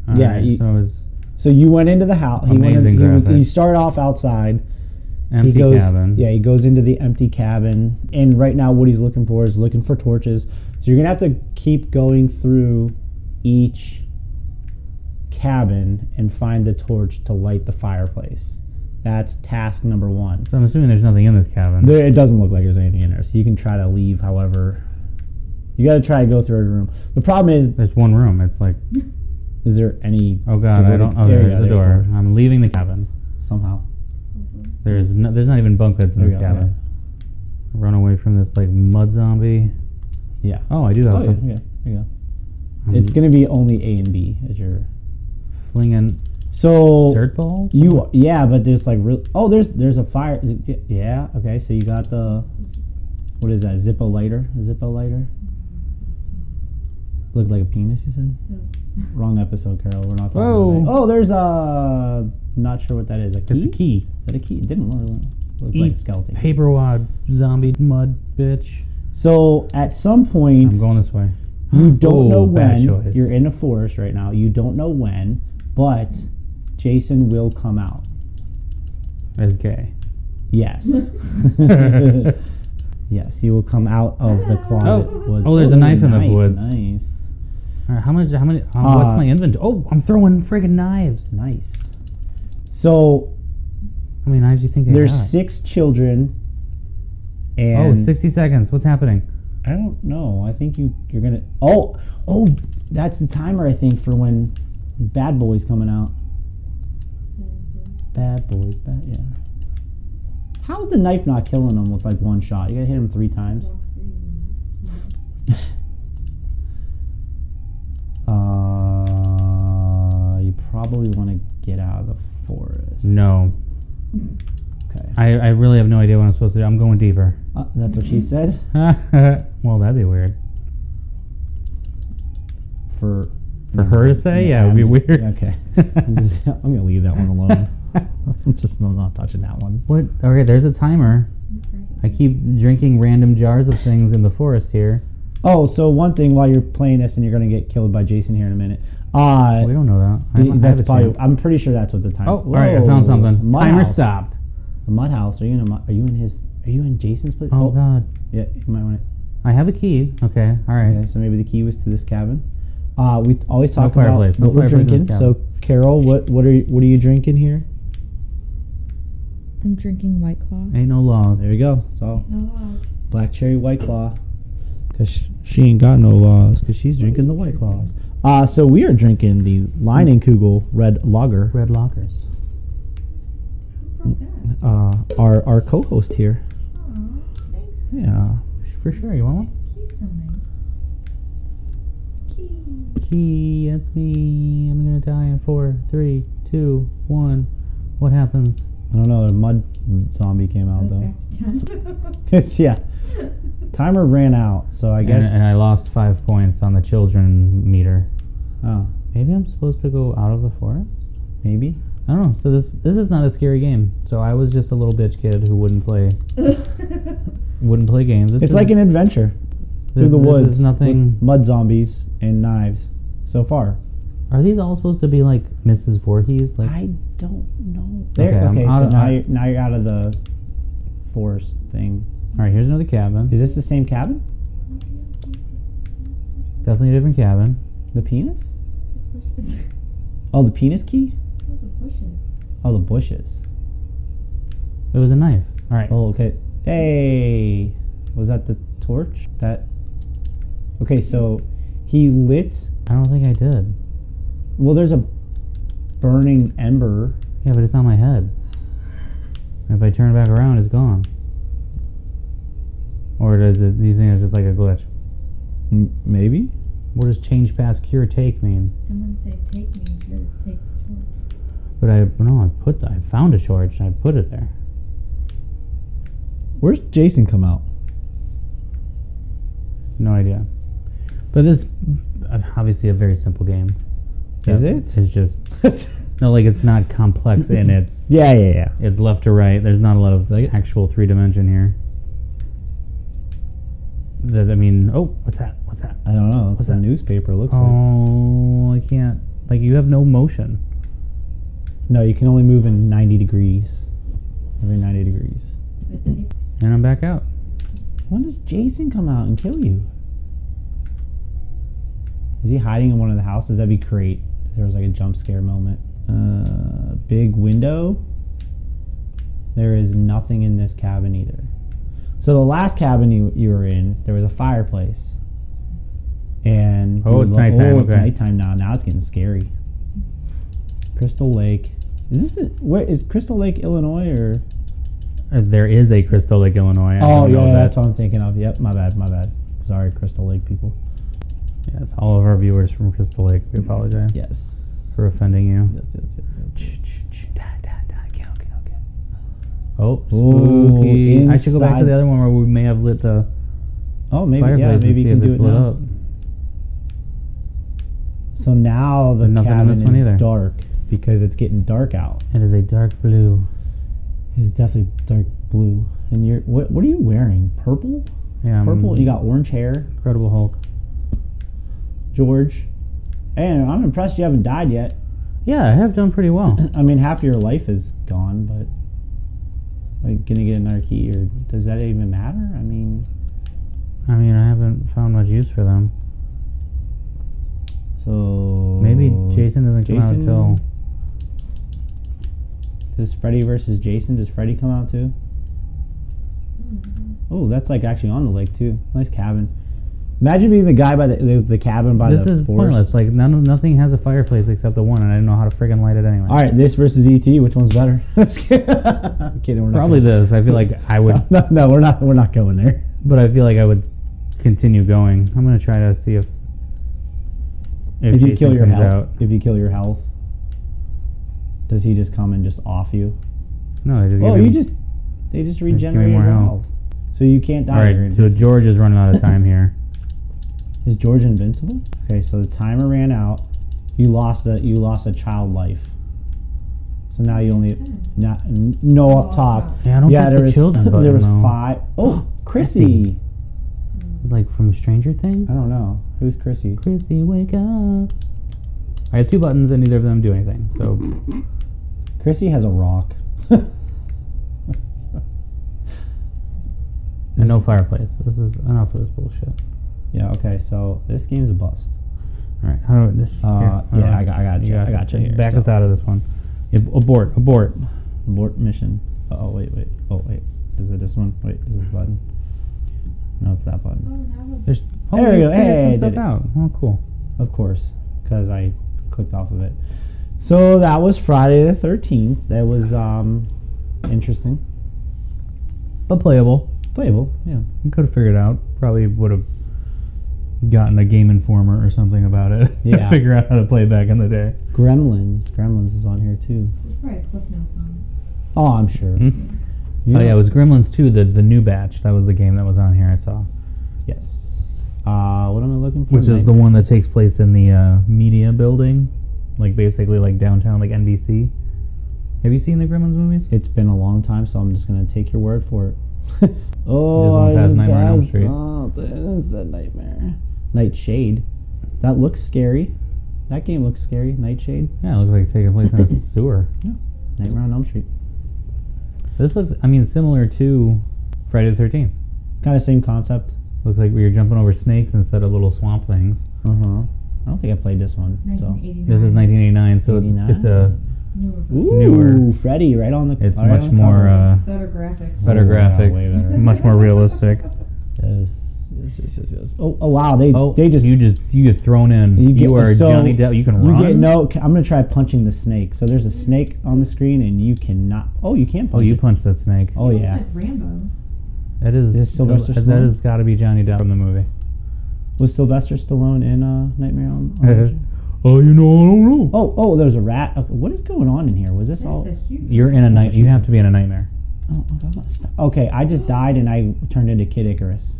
[SPEAKER 3] All
[SPEAKER 4] Yeah,
[SPEAKER 3] right,
[SPEAKER 4] you-
[SPEAKER 3] so it's
[SPEAKER 4] so you went into the house. He went
[SPEAKER 3] Amazing
[SPEAKER 4] in, he, was,
[SPEAKER 3] graphic.
[SPEAKER 4] he started off outside.
[SPEAKER 3] empty
[SPEAKER 4] he goes,
[SPEAKER 3] cabin.
[SPEAKER 4] yeah, he goes into the empty cabin, and right now what he's looking for is looking for torches. So you're gonna have to keep going through each cabin and find the torch to light the fireplace. That's task number one.
[SPEAKER 3] So I'm assuming there's nothing in this cabin.
[SPEAKER 4] There, it doesn't look like there's anything in there, so you can try to leave. However, you got to try to go through every room. The problem is
[SPEAKER 3] there's one room. It's like,
[SPEAKER 4] Is there any?
[SPEAKER 3] oh god, I
[SPEAKER 4] Devoted-
[SPEAKER 3] don't. Oh,
[SPEAKER 4] there you
[SPEAKER 3] there's
[SPEAKER 4] go,
[SPEAKER 3] the
[SPEAKER 4] there's
[SPEAKER 3] door.
[SPEAKER 4] the
[SPEAKER 3] I'm leaving the cabin.
[SPEAKER 4] Somehow.
[SPEAKER 3] There's no, there's not even bunk beds in
[SPEAKER 4] There
[SPEAKER 3] this
[SPEAKER 4] you go,
[SPEAKER 3] cabin. Run away from this like mud zombie.
[SPEAKER 4] Yeah.
[SPEAKER 3] Oh, I do have
[SPEAKER 4] Oh, yeah.
[SPEAKER 3] some.
[SPEAKER 4] yeah. There you go.
[SPEAKER 3] I'm
[SPEAKER 4] It's gonna be only A and B as your.
[SPEAKER 3] flinging
[SPEAKER 4] So
[SPEAKER 3] dirt balls.
[SPEAKER 4] you yeah, but there's like real. Oh, there's there's a fire. Yeah. Okay. So you got the. What is that? Zippo lighter. Zippo lighter. Looked like a penis. You said. Wrong episode, Carol. We're not talking
[SPEAKER 3] Whoa.
[SPEAKER 4] about that. Oh, there's a. Not sure what that is. A key.
[SPEAKER 3] It's a key.
[SPEAKER 4] Is that a key? It didn't look. Looks like
[SPEAKER 3] Eat
[SPEAKER 4] a skeleton.
[SPEAKER 3] Paperwad zombie mud bitch.
[SPEAKER 4] So at some
[SPEAKER 3] I'm
[SPEAKER 4] point,
[SPEAKER 3] going this way. *gasps*
[SPEAKER 4] you don't
[SPEAKER 3] Oh,
[SPEAKER 4] know
[SPEAKER 3] bad
[SPEAKER 4] when
[SPEAKER 3] choice.
[SPEAKER 4] you're in a forest right now. You don't know when, but Jason will come out.
[SPEAKER 3] As
[SPEAKER 4] *laughs*
[SPEAKER 3] gay. *laughs*
[SPEAKER 4] Yes. yes, he will come out of the closet.
[SPEAKER 3] Oh.
[SPEAKER 4] Was-
[SPEAKER 3] Oh, there's a knife in the woods.
[SPEAKER 4] Nice.
[SPEAKER 3] All right, how much? How many? Um,
[SPEAKER 4] Uh,
[SPEAKER 3] what's my inventory? Oh, I'm throwing friggin' knives.
[SPEAKER 4] Nice. So
[SPEAKER 3] How many knives do you think they
[SPEAKER 4] there's
[SPEAKER 3] got?
[SPEAKER 4] six children.
[SPEAKER 3] Oh,
[SPEAKER 4] And
[SPEAKER 3] 60 seconds. What's happening?
[SPEAKER 4] I don't know. I think you you're gonna. Oh, oh, that's the timer. I think for when Bad Boy's coming out. Bad Boy, bad, yeah. How's the knife not killing him with like one shot? You gotta hit him three times. *laughs* Uh, you probably want to get out of the forest.
[SPEAKER 3] No,
[SPEAKER 4] Okay,
[SPEAKER 3] I, I really have no idea what I'm supposed to do. I'm going deeper. *laughs*
[SPEAKER 4] Uh, that's what she said.
[SPEAKER 3] well, that'd be weird. *laughs*
[SPEAKER 4] For
[SPEAKER 3] For her to say, yeah, it'd
[SPEAKER 4] I'm
[SPEAKER 3] be
[SPEAKER 4] just-
[SPEAKER 3] weird. *laughs*
[SPEAKER 4] Okay, I'm, *laughs* just, I'm gonna leave that one alone. *laughs* I'm just I'm not touching that one.
[SPEAKER 3] What? Okay, there's a timer. I keep drinking random jars of things in the forest here.
[SPEAKER 4] Oh, so one thing while you're playing this, and you're gonna get killed by Jason here in a minute. Uh,
[SPEAKER 3] We don't know that. I
[SPEAKER 4] the-
[SPEAKER 3] don't- I have
[SPEAKER 4] that's
[SPEAKER 3] a
[SPEAKER 4] probably.
[SPEAKER 3] chance.
[SPEAKER 4] I'm pretty sure that's what the time.
[SPEAKER 3] oh, all right. I found
[SPEAKER 4] Whoa,
[SPEAKER 3] something.
[SPEAKER 4] Mud
[SPEAKER 3] timer
[SPEAKER 4] house.
[SPEAKER 3] stopped.
[SPEAKER 4] The mud house. Are you in? A, mud- are you in his? Are you in Jason's place?
[SPEAKER 3] Oh God.
[SPEAKER 4] yeah. You might want to.
[SPEAKER 3] I have a key. Okay. All right.
[SPEAKER 4] Okay, so maybe the key was to this cabin. Uh, we always
[SPEAKER 3] No
[SPEAKER 4] talk about
[SPEAKER 3] fireplace, no
[SPEAKER 4] what we're
[SPEAKER 3] fireplace in this
[SPEAKER 4] drinking. So, Carol, what what are you, what are you drinking here?
[SPEAKER 5] I'm drinking White Claw.
[SPEAKER 3] Ain't no laws.
[SPEAKER 4] There you go. It's all
[SPEAKER 5] Oh,
[SPEAKER 4] black cherry white claw. Cause sh- she ain't got no laws. Cause she's drinking the white claws. Uh, so we are drinking the Leinenkugel Red Lager.
[SPEAKER 3] Red lockers.
[SPEAKER 5] wow. that.
[SPEAKER 4] uh, our our co-host here. Mm-hmm.
[SPEAKER 5] Aw, thanks.
[SPEAKER 4] Yeah.
[SPEAKER 3] For sure. You want one?
[SPEAKER 5] He's so nice. Key.
[SPEAKER 3] Key. That's me. I'm gonna die in four, three, two, one. What happens?
[SPEAKER 4] I don't know. The mud zombie came out
[SPEAKER 5] Goes
[SPEAKER 4] though.
[SPEAKER 5] back to town. *laughs*
[SPEAKER 4] 'Cause, *laughs* yeah, timer ran out, so I guess.
[SPEAKER 3] And, and I lost five points on the children meter.
[SPEAKER 4] oh,
[SPEAKER 3] Maybe I'm supposed to go out of the forest.
[SPEAKER 4] maybe.
[SPEAKER 3] I don't know. So this this is not a scary game. So I was just a little bitch kid who wouldn't play wouldn't play games. This
[SPEAKER 4] It's
[SPEAKER 3] is,
[SPEAKER 4] like an adventure through the
[SPEAKER 3] this
[SPEAKER 4] woods.
[SPEAKER 3] Is nothing.
[SPEAKER 4] with mud zombies and knives. So far,
[SPEAKER 3] Are these all supposed to be like Mrs. Voorhees? Like
[SPEAKER 4] I don't know. There.
[SPEAKER 3] Okay, I'm
[SPEAKER 4] Okay.
[SPEAKER 3] out
[SPEAKER 4] so
[SPEAKER 3] of-
[SPEAKER 4] now
[SPEAKER 3] I-
[SPEAKER 4] you're, now you're out of the forest thing.
[SPEAKER 3] all right, here's another cabin.
[SPEAKER 4] Is this the same cabin?
[SPEAKER 3] Definitely a different cabin.
[SPEAKER 4] The penis?
[SPEAKER 5] Bushes.
[SPEAKER 4] Oh, the penis key?
[SPEAKER 5] Oh, the bushes.
[SPEAKER 4] Oh, the bushes.
[SPEAKER 3] It was a knife. All right.
[SPEAKER 4] Oh, okay. Hey, was that the torch? That. Okay, so he lit.
[SPEAKER 3] I don't think I did.
[SPEAKER 4] Well, there's a burning ember.
[SPEAKER 3] Yeah, but it's on my head. And if I turn back around, it's gone. Or does it? Do you think it's just like a glitch?
[SPEAKER 4] Maybe.
[SPEAKER 3] What does change pass cure take mean?
[SPEAKER 5] I'm gonna say take me and try to take the torch.
[SPEAKER 3] But I no, I put I found a torch and I put it there.
[SPEAKER 4] Where's Jason come out?
[SPEAKER 3] No idea. But this obviously a very simple game.
[SPEAKER 4] Is
[SPEAKER 3] Yeah,
[SPEAKER 4] *laughs* it?
[SPEAKER 3] It's just no, like it's not complex and it's
[SPEAKER 4] yeah, yeah, yeah.
[SPEAKER 3] it's left to right. There's not a lot of like, actual three dimension here. That I mean, oh, what's that? What's that?
[SPEAKER 4] I don't know. What's
[SPEAKER 3] What's
[SPEAKER 4] that
[SPEAKER 3] that?
[SPEAKER 4] newspaper looks like?
[SPEAKER 3] Oh, I can't. Like you have no motion.
[SPEAKER 4] No, you can only move in 90 degrees. Every 90 degrees.
[SPEAKER 5] But if-
[SPEAKER 3] And I'm back out.
[SPEAKER 4] When does Jason come out and kill you? Is he hiding in one of the houses? That'd be great. If there was like a jump scare moment. Uh, big window. There is nothing in this cabin either. So the last cabin you, you were in, there was a fireplace. And
[SPEAKER 3] Oh,
[SPEAKER 4] you
[SPEAKER 3] it's
[SPEAKER 4] lo-
[SPEAKER 3] nighttime,
[SPEAKER 4] Oh, it's
[SPEAKER 3] okay.
[SPEAKER 4] nighttime now. Now it's getting scary. Crystal Lake. Is this a, where is Crystal Lake, Illinois, or?
[SPEAKER 3] Uh, There is a Crystal Lake, Illinois. I
[SPEAKER 4] Oh
[SPEAKER 3] don't know
[SPEAKER 4] yeah,
[SPEAKER 3] that.
[SPEAKER 4] that's what I'm thinking of. Yep, my bad, my bad. Sorry, Crystal Lake people.
[SPEAKER 3] Yeah, it's all of our viewers from Crystal Lake. We apologize
[SPEAKER 4] Yes.
[SPEAKER 3] for offending you.
[SPEAKER 4] Yes, yes, yes, yes, yes.
[SPEAKER 3] Oh,
[SPEAKER 4] Ooh,
[SPEAKER 3] spooky! I should go back to
[SPEAKER 4] inside.
[SPEAKER 3] the other one where we may have lit the
[SPEAKER 4] Oh, maybe yeah,
[SPEAKER 3] fireplace and
[SPEAKER 4] maybe you
[SPEAKER 3] see
[SPEAKER 4] can
[SPEAKER 3] if
[SPEAKER 4] do
[SPEAKER 3] it's
[SPEAKER 4] it
[SPEAKER 3] lit
[SPEAKER 4] now.
[SPEAKER 3] up.
[SPEAKER 4] So now the
[SPEAKER 3] But nothing in
[SPEAKER 4] cabin
[SPEAKER 3] this
[SPEAKER 4] is
[SPEAKER 3] one either.
[SPEAKER 4] dark because it's getting dark out.
[SPEAKER 3] It is a dark blue.
[SPEAKER 4] It's definitely dark blue. And you're what? What are you wearing? Purple?
[SPEAKER 3] Yeah, I'm
[SPEAKER 4] Purple. You got orange hair.
[SPEAKER 3] um, Incredible Hulk.
[SPEAKER 4] George. And I'm impressed you haven't died yet. *clears throat*
[SPEAKER 3] Yeah, I have done pretty well.
[SPEAKER 4] I mean, half your life is gone, but are you gonna get another key, or does that even matter? I mean,
[SPEAKER 3] I mean, I haven't found much use for them.
[SPEAKER 4] so
[SPEAKER 3] Maybe Jason doesn't come out
[SPEAKER 4] Oh, Jason-
[SPEAKER 3] until
[SPEAKER 4] Does Freddy versus Jason? Does Freddy come out too? Oh, that's like actually on the lake too. Nice cabin. Imagine being the guy by the the, the cabin by
[SPEAKER 3] this
[SPEAKER 4] the
[SPEAKER 3] is
[SPEAKER 4] forest.
[SPEAKER 3] pointless. Like none, of- nothing has a fireplace except the one, and I didn't know how to friggin' light it anyway.
[SPEAKER 4] All right, this versus ET. Which one's better? *laughs* Just kidding. I'm kidding. We're not
[SPEAKER 3] Probably
[SPEAKER 4] gonna-
[SPEAKER 3] this. I feel like I
[SPEAKER 4] *laughs*
[SPEAKER 3] would,
[SPEAKER 4] No, no, we're not. We're not going there.
[SPEAKER 3] but I feel like I would continue going. I'm gonna try to see if
[SPEAKER 4] If, you
[SPEAKER 3] Jason
[SPEAKER 4] kill your
[SPEAKER 3] comes
[SPEAKER 4] health,
[SPEAKER 3] out.
[SPEAKER 4] if you kill your health, does he just come and just off you?
[SPEAKER 3] No, they just
[SPEAKER 4] Oh,
[SPEAKER 3] give
[SPEAKER 4] you
[SPEAKER 3] him-
[SPEAKER 4] just they just
[SPEAKER 3] me
[SPEAKER 4] regenerate
[SPEAKER 3] more
[SPEAKER 4] your
[SPEAKER 3] health.
[SPEAKER 4] health. so you can't die.
[SPEAKER 3] All
[SPEAKER 4] You're
[SPEAKER 3] right, so
[SPEAKER 4] invincible.
[SPEAKER 3] George is running out of time here.
[SPEAKER 4] Is George invincible? Okay, so the timer ran out. You lost the you lost a child life. So now you only not n- no up top.
[SPEAKER 5] up top.
[SPEAKER 3] Yeah, I don't
[SPEAKER 4] yeah,
[SPEAKER 3] get
[SPEAKER 4] there
[SPEAKER 3] the
[SPEAKER 4] was
[SPEAKER 3] children button
[SPEAKER 4] *laughs* there was
[SPEAKER 3] though.
[SPEAKER 4] five.
[SPEAKER 3] *gasps*
[SPEAKER 4] Oh, Chrissy.
[SPEAKER 3] Like from Stranger Things.
[SPEAKER 4] I don't know who's Chrissy.
[SPEAKER 3] Chrissy, wake up. I have two buttons and neither of them do anything. So
[SPEAKER 4] Chrissy has a rock. *laughs*
[SPEAKER 3] and no fireplace. This is enough of this bullshit.
[SPEAKER 4] yeah. Okay. So this game's a bust.
[SPEAKER 3] All right, how do I, this,
[SPEAKER 4] Uh,
[SPEAKER 3] how do
[SPEAKER 4] yeah, I got- I got you, I
[SPEAKER 3] guys
[SPEAKER 4] got you here,
[SPEAKER 3] Back
[SPEAKER 4] so-
[SPEAKER 3] us out of this one. Ab- abort, abort.
[SPEAKER 4] Abort mission. Oh wait, wait. Oh wait. Is it this one? Wait, is this button? No, it's that button.
[SPEAKER 5] Oh, now we're
[SPEAKER 3] There's oh,
[SPEAKER 4] There we
[SPEAKER 3] we
[SPEAKER 4] go.
[SPEAKER 3] figured
[SPEAKER 4] Hey, I
[SPEAKER 3] some stuff
[SPEAKER 4] did it.
[SPEAKER 3] out. Oh, cool.
[SPEAKER 4] Of course, because I clicked off of it. So that was Friday the thirteenth. That was um, interesting,
[SPEAKER 3] But playable.
[SPEAKER 4] playable. Yeah.
[SPEAKER 3] We could have figured it out. Probably would have gotten a Game Informer or something about it. *laughs*
[SPEAKER 4] Yeah.
[SPEAKER 3] figure out how to play back in the day.
[SPEAKER 4] Gremlins. Gremlins is on here too.
[SPEAKER 5] there's probably cliff notes on
[SPEAKER 4] Oh, I'm sure.
[SPEAKER 3] Oh yeah, it was Gremlins 2, the the new batch. That was the game that was on here. I saw,
[SPEAKER 4] yes. Uh, what am I looking for?
[SPEAKER 3] which is the
[SPEAKER 4] Night-
[SPEAKER 3] one that takes place in the uh, media building, like basically like downtown, like NBC. Have you seen the Gremlins movies?
[SPEAKER 4] It's been a long time, so I'm just gonna take your word for it. *laughs* oh,
[SPEAKER 3] went
[SPEAKER 4] I
[SPEAKER 3] past
[SPEAKER 4] just
[SPEAKER 3] Nightmare on Elm
[SPEAKER 4] passed
[SPEAKER 3] Street.
[SPEAKER 4] something. It's a nightmare. Nightshade. That looks scary. That game looks scary. Nightshade.
[SPEAKER 3] Yeah, it looks like it's taking place in
[SPEAKER 4] *laughs*
[SPEAKER 3] a sewer.
[SPEAKER 4] Nightmare on Elm Street.
[SPEAKER 3] This looks, I mean, similar to Friday the Thirteenth.
[SPEAKER 4] Kind of same concept.
[SPEAKER 3] Looks like we were jumping over snakes instead of little swamp things.
[SPEAKER 4] Uh huh. I don't think I played this one.
[SPEAKER 5] it.
[SPEAKER 4] So.
[SPEAKER 5] 1989.
[SPEAKER 3] This is 1989, so it's it's a
[SPEAKER 4] 89?
[SPEAKER 5] Newer version.
[SPEAKER 4] Ooh,
[SPEAKER 3] Newer.
[SPEAKER 4] Freddy, right on the.
[SPEAKER 3] it's
[SPEAKER 4] right
[SPEAKER 3] much
[SPEAKER 4] Oh, on the
[SPEAKER 3] more
[SPEAKER 4] cover.
[SPEAKER 3] uh,
[SPEAKER 5] Better graphics.
[SPEAKER 3] better
[SPEAKER 4] Yeah,
[SPEAKER 3] graphics,
[SPEAKER 4] way better.
[SPEAKER 3] much more
[SPEAKER 4] *laughs*
[SPEAKER 3] realistic.
[SPEAKER 4] Yes, yes, yes, yes, yes. Oh, oh wow! They
[SPEAKER 3] Oh,
[SPEAKER 4] they just
[SPEAKER 3] you just you get thrown in.
[SPEAKER 4] You
[SPEAKER 3] You,
[SPEAKER 4] get-
[SPEAKER 3] are
[SPEAKER 4] so
[SPEAKER 3] Johnny Depp. You can
[SPEAKER 4] you
[SPEAKER 3] run.
[SPEAKER 4] get no. c- I'm gonna try punching the snake. So there's a snake on the screen, and you cannot. Oh, you can.
[SPEAKER 3] Oh,
[SPEAKER 4] Punch
[SPEAKER 3] you
[SPEAKER 4] it.
[SPEAKER 3] punched that snake.
[SPEAKER 4] Oh
[SPEAKER 5] It looks
[SPEAKER 4] yeah.
[SPEAKER 5] like Rambo.
[SPEAKER 3] That is,
[SPEAKER 4] Is this Sylvester
[SPEAKER 3] that,
[SPEAKER 4] Stallone?
[SPEAKER 3] has got to be Johnny Depp from the movie.
[SPEAKER 4] Was Sylvester Stallone in uh, Nightmare on?
[SPEAKER 3] *laughs*
[SPEAKER 4] on Elm Street?
[SPEAKER 3] oh, you know, I don't know.
[SPEAKER 4] oh, oh, there's a rat. Okay, what is going on in here? Was this
[SPEAKER 5] That's
[SPEAKER 4] all?
[SPEAKER 5] a huge.
[SPEAKER 3] You're in a
[SPEAKER 4] That's
[SPEAKER 3] night.
[SPEAKER 4] what she
[SPEAKER 3] You have to be in a nightmare.
[SPEAKER 4] Oh, oh, I'm not st- okay, I just died, and I turned into Kid Icarus.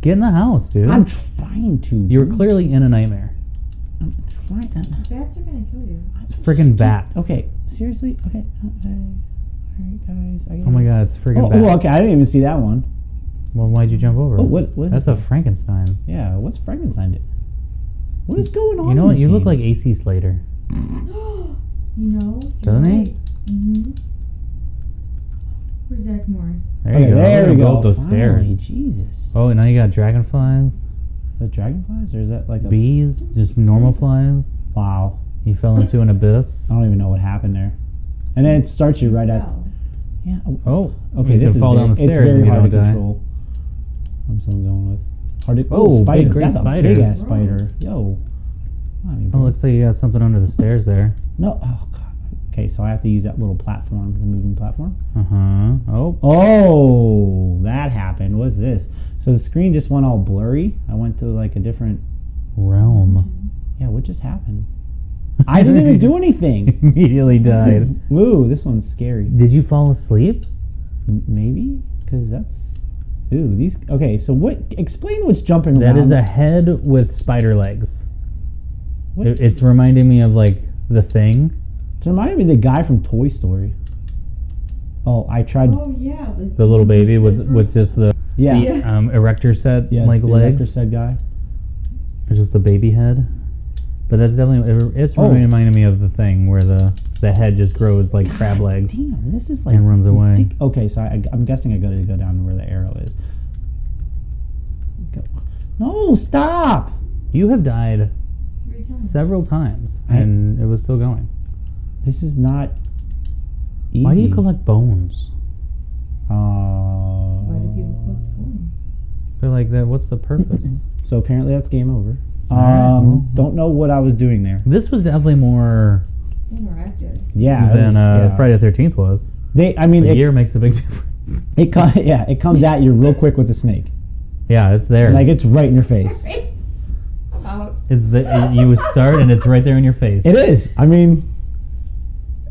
[SPEAKER 3] Get in the house, dude.
[SPEAKER 4] I'm trying to.
[SPEAKER 3] you were clearly in a nightmare.
[SPEAKER 4] I'm trying.
[SPEAKER 5] Bats are gonna kill you. *gasps*
[SPEAKER 3] It's friggin' bats.
[SPEAKER 4] Okay, seriously? Okay. uh, okay. Alright, guys. I
[SPEAKER 3] Oh my god, it's friggin'
[SPEAKER 4] Oh,
[SPEAKER 3] bats.
[SPEAKER 4] oh, okay. I didn't even see that one.
[SPEAKER 3] Well, why'd you jump over?
[SPEAKER 4] Oh, what- what is
[SPEAKER 3] That's
[SPEAKER 4] this
[SPEAKER 3] a Frankenstein.
[SPEAKER 4] Yeah, what's Frankenstein do? What is going on?
[SPEAKER 3] You know
[SPEAKER 4] in
[SPEAKER 3] what?
[SPEAKER 4] this
[SPEAKER 3] You look
[SPEAKER 4] game?
[SPEAKER 3] like AC Slater.
[SPEAKER 5] you know.
[SPEAKER 3] Doesn't he?
[SPEAKER 5] Mm-hmm. Where's Zach Morris?
[SPEAKER 3] There
[SPEAKER 4] Okay,
[SPEAKER 3] you go.
[SPEAKER 4] There
[SPEAKER 3] Look
[SPEAKER 4] we
[SPEAKER 3] at
[SPEAKER 4] go.
[SPEAKER 3] both those
[SPEAKER 4] Finally,
[SPEAKER 3] stairs.
[SPEAKER 4] Jesus.
[SPEAKER 3] Oh, and now you got dragonflies,
[SPEAKER 4] The dragonflies, or is that like a
[SPEAKER 3] bees, just normal flies.
[SPEAKER 4] Wow,
[SPEAKER 3] You fell into an abyss.
[SPEAKER 4] I don't even know what happened there. And then it starts you right at.
[SPEAKER 5] Well,
[SPEAKER 4] Yeah. oh,
[SPEAKER 3] Oh,
[SPEAKER 4] Okay,
[SPEAKER 3] you
[SPEAKER 4] this
[SPEAKER 3] can
[SPEAKER 4] is
[SPEAKER 3] fall
[SPEAKER 4] very,
[SPEAKER 3] down the
[SPEAKER 4] it's
[SPEAKER 3] stairs
[SPEAKER 4] very
[SPEAKER 3] if you
[SPEAKER 4] hard
[SPEAKER 3] don't
[SPEAKER 4] to
[SPEAKER 3] die.
[SPEAKER 4] control. I'm so going with hard to.
[SPEAKER 3] Oh,
[SPEAKER 4] Oh,
[SPEAKER 3] big
[SPEAKER 4] spider!
[SPEAKER 3] gray
[SPEAKER 4] That's a big ass
[SPEAKER 3] spiders.
[SPEAKER 4] spider. Yo. I mean,
[SPEAKER 3] Oh, looks like you got something under the stairs there.
[SPEAKER 4] No. Oh god. Okay, so I have to use that little platform, the moving platform.
[SPEAKER 3] Uh huh. Oh,
[SPEAKER 4] Oh, that happened. What's this? So the screen just went all blurry. I went to like a different.
[SPEAKER 3] realm.
[SPEAKER 4] Yeah, what just happened? I didn't even
[SPEAKER 3] *laughs*
[SPEAKER 4] do anything.
[SPEAKER 3] Immediately died.
[SPEAKER 4] Ooh, this one's scary.
[SPEAKER 3] *laughs* Did you fall asleep?
[SPEAKER 4] M- Maybe because that's. Ooh, these. Okay, so what? Explain what's jumping
[SPEAKER 3] That
[SPEAKER 4] around.
[SPEAKER 3] is a head with spider legs.
[SPEAKER 4] What?
[SPEAKER 3] It- it's reminding me of like the thing.
[SPEAKER 4] It's reminding me of the guy from Toy Story. Oh, I tried.
[SPEAKER 5] Oh yeah. with-
[SPEAKER 3] The little baby with
[SPEAKER 5] scissor-
[SPEAKER 3] with just the
[SPEAKER 4] yeah.
[SPEAKER 5] Yeah.
[SPEAKER 3] um, erector set
[SPEAKER 4] Yes,
[SPEAKER 3] like
[SPEAKER 4] the
[SPEAKER 3] legs.
[SPEAKER 4] Erector said guy.
[SPEAKER 3] It's just the baby head. But that's definitely it- it's
[SPEAKER 4] Oh.
[SPEAKER 3] reminding me of the thing where the the head just grows like crab legs
[SPEAKER 4] Damn, this is like.
[SPEAKER 3] and runs away.
[SPEAKER 4] ridic- okay, so I, I'm guessing I gotta go down to where the arrow is. Go. No, stop!
[SPEAKER 3] You have died
[SPEAKER 5] Three times.
[SPEAKER 3] several times
[SPEAKER 4] I-
[SPEAKER 3] and it was still going.
[SPEAKER 4] This is not. Easy.
[SPEAKER 3] Why do you collect bones?
[SPEAKER 4] Uh,
[SPEAKER 5] Why do people collect coins?
[SPEAKER 3] But like that what's the
[SPEAKER 4] *laughs*
[SPEAKER 3] purpose?
[SPEAKER 4] so apparently that's game over. Um,
[SPEAKER 3] Alright, well-
[SPEAKER 4] don't know what I was doing there.
[SPEAKER 3] this was definitely more
[SPEAKER 5] Interactive.
[SPEAKER 4] Yeah. it was-
[SPEAKER 3] than uh,
[SPEAKER 4] yeah.
[SPEAKER 3] Friday the 13th was.
[SPEAKER 4] They, I mean,
[SPEAKER 3] A
[SPEAKER 4] it,
[SPEAKER 3] year makes a big *laughs* difference.
[SPEAKER 4] it co- *laughs* yeah, it comes at you real quick with a snake.
[SPEAKER 3] Yeah, it's there.
[SPEAKER 4] Like it's right in your face.
[SPEAKER 5] I'm out.
[SPEAKER 3] It's the it, you start and it's right there in your face. *laughs*
[SPEAKER 4] It is. I mean,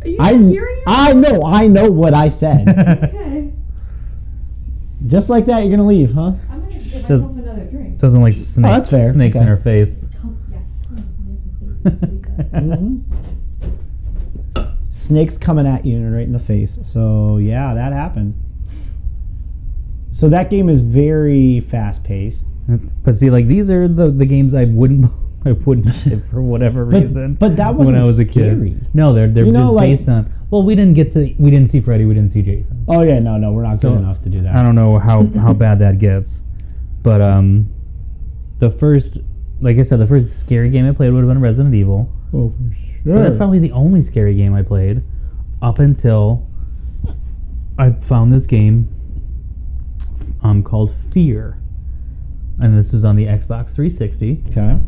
[SPEAKER 5] Are you
[SPEAKER 4] I
[SPEAKER 5] hearing it?
[SPEAKER 4] I know, I know what I said.
[SPEAKER 3] *laughs*
[SPEAKER 5] okay.
[SPEAKER 4] Just like that, you're gonna leave, huh?
[SPEAKER 5] I'm gonna get myself
[SPEAKER 3] Says-
[SPEAKER 5] another drink.
[SPEAKER 3] Doesn't like snakes,
[SPEAKER 4] that's fair.
[SPEAKER 3] snakes in
[SPEAKER 4] Okay.
[SPEAKER 3] her face.
[SPEAKER 5] Come, yeah. Come on, we have to think. What is that?
[SPEAKER 4] hmm Snakes coming at you and right in the face. So yeah, that happened. So that game is very fast paced.
[SPEAKER 3] But see, like these are the the games I wouldn't *laughs* I wouldn't play for whatever
[SPEAKER 4] But-
[SPEAKER 3] reason.
[SPEAKER 4] but that
[SPEAKER 3] when I
[SPEAKER 4] wasn't
[SPEAKER 3] was a
[SPEAKER 4] scary.
[SPEAKER 3] kid. No, they're they're
[SPEAKER 4] You know,
[SPEAKER 3] just
[SPEAKER 4] like-
[SPEAKER 3] based on. Well, we didn't get to we didn't see Freddy, we didn't see Jason.
[SPEAKER 4] Oh yeah, no, no, we're not
[SPEAKER 3] So,
[SPEAKER 4] good enough to do that.
[SPEAKER 3] I don't know how how bad that gets, but um, the first like I said, the first scary game I played would have been Resident Evil.
[SPEAKER 4] Oh, for sure.
[SPEAKER 3] But that's probably the only scary game I played up until I found this game um, called Fear. And this was on the Xbox 360.
[SPEAKER 4] okay.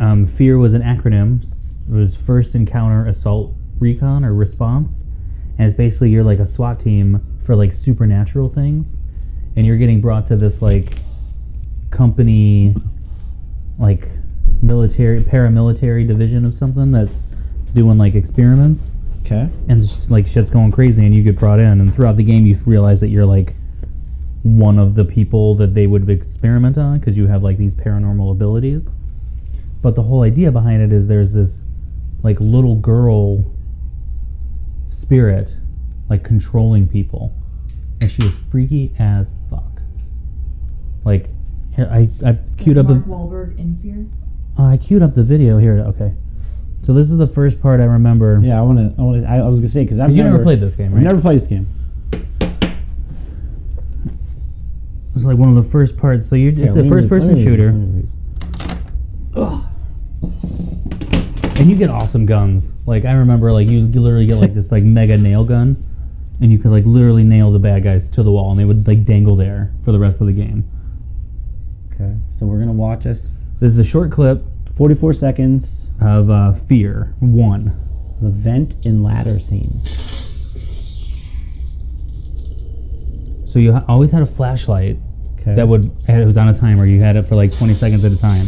[SPEAKER 3] Um, Fear was an acronym. S- It was First Encounter Assault Recon or Response. And it's basically you're like a SWAT team for like supernatural things. And you're getting brought to this like company, like military, paramilitary division of something that's doing like experiments.
[SPEAKER 4] Okay.
[SPEAKER 3] And just, like shit's going crazy and you get brought in. And throughout the game, you realize that you're like one of the people that they would experiment on because you have like these paranormal abilities. But the whole idea behind it is there's this like little girl spirit like controlling people, and she is freaky as fuck. Like, here- I I queued up a,
[SPEAKER 5] Mark Wahlberg in fear.
[SPEAKER 3] uh, I queued up the video here. Okay, so this is the first part I remember.
[SPEAKER 4] Yeah, I wanna. I, wanna, I, I was gonna say because I've
[SPEAKER 3] 'Cause you never played this game,
[SPEAKER 4] I've
[SPEAKER 3] right?
[SPEAKER 4] never played this game.
[SPEAKER 3] It's like one of the first parts. So you it's
[SPEAKER 4] Here,
[SPEAKER 3] a
[SPEAKER 4] let me-
[SPEAKER 3] first person
[SPEAKER 4] let me-
[SPEAKER 3] shooter,
[SPEAKER 4] let me-
[SPEAKER 3] and you get awesome guns. Like I remember, like you, you literally get like this like mega nail gun, and you could like literally nail the bad guys to the wall, and they would like dangle there for the rest of the game.
[SPEAKER 4] Okay, so we're gonna watch this.
[SPEAKER 3] This is a short clip
[SPEAKER 4] 44 seconds.
[SPEAKER 3] of uh, Fear One.
[SPEAKER 4] The vent and ladder scene.
[SPEAKER 3] So you ha- always had a flashlight
[SPEAKER 4] Okay.
[SPEAKER 3] that would and it was on a timer. You had it for like 20 seconds at a time,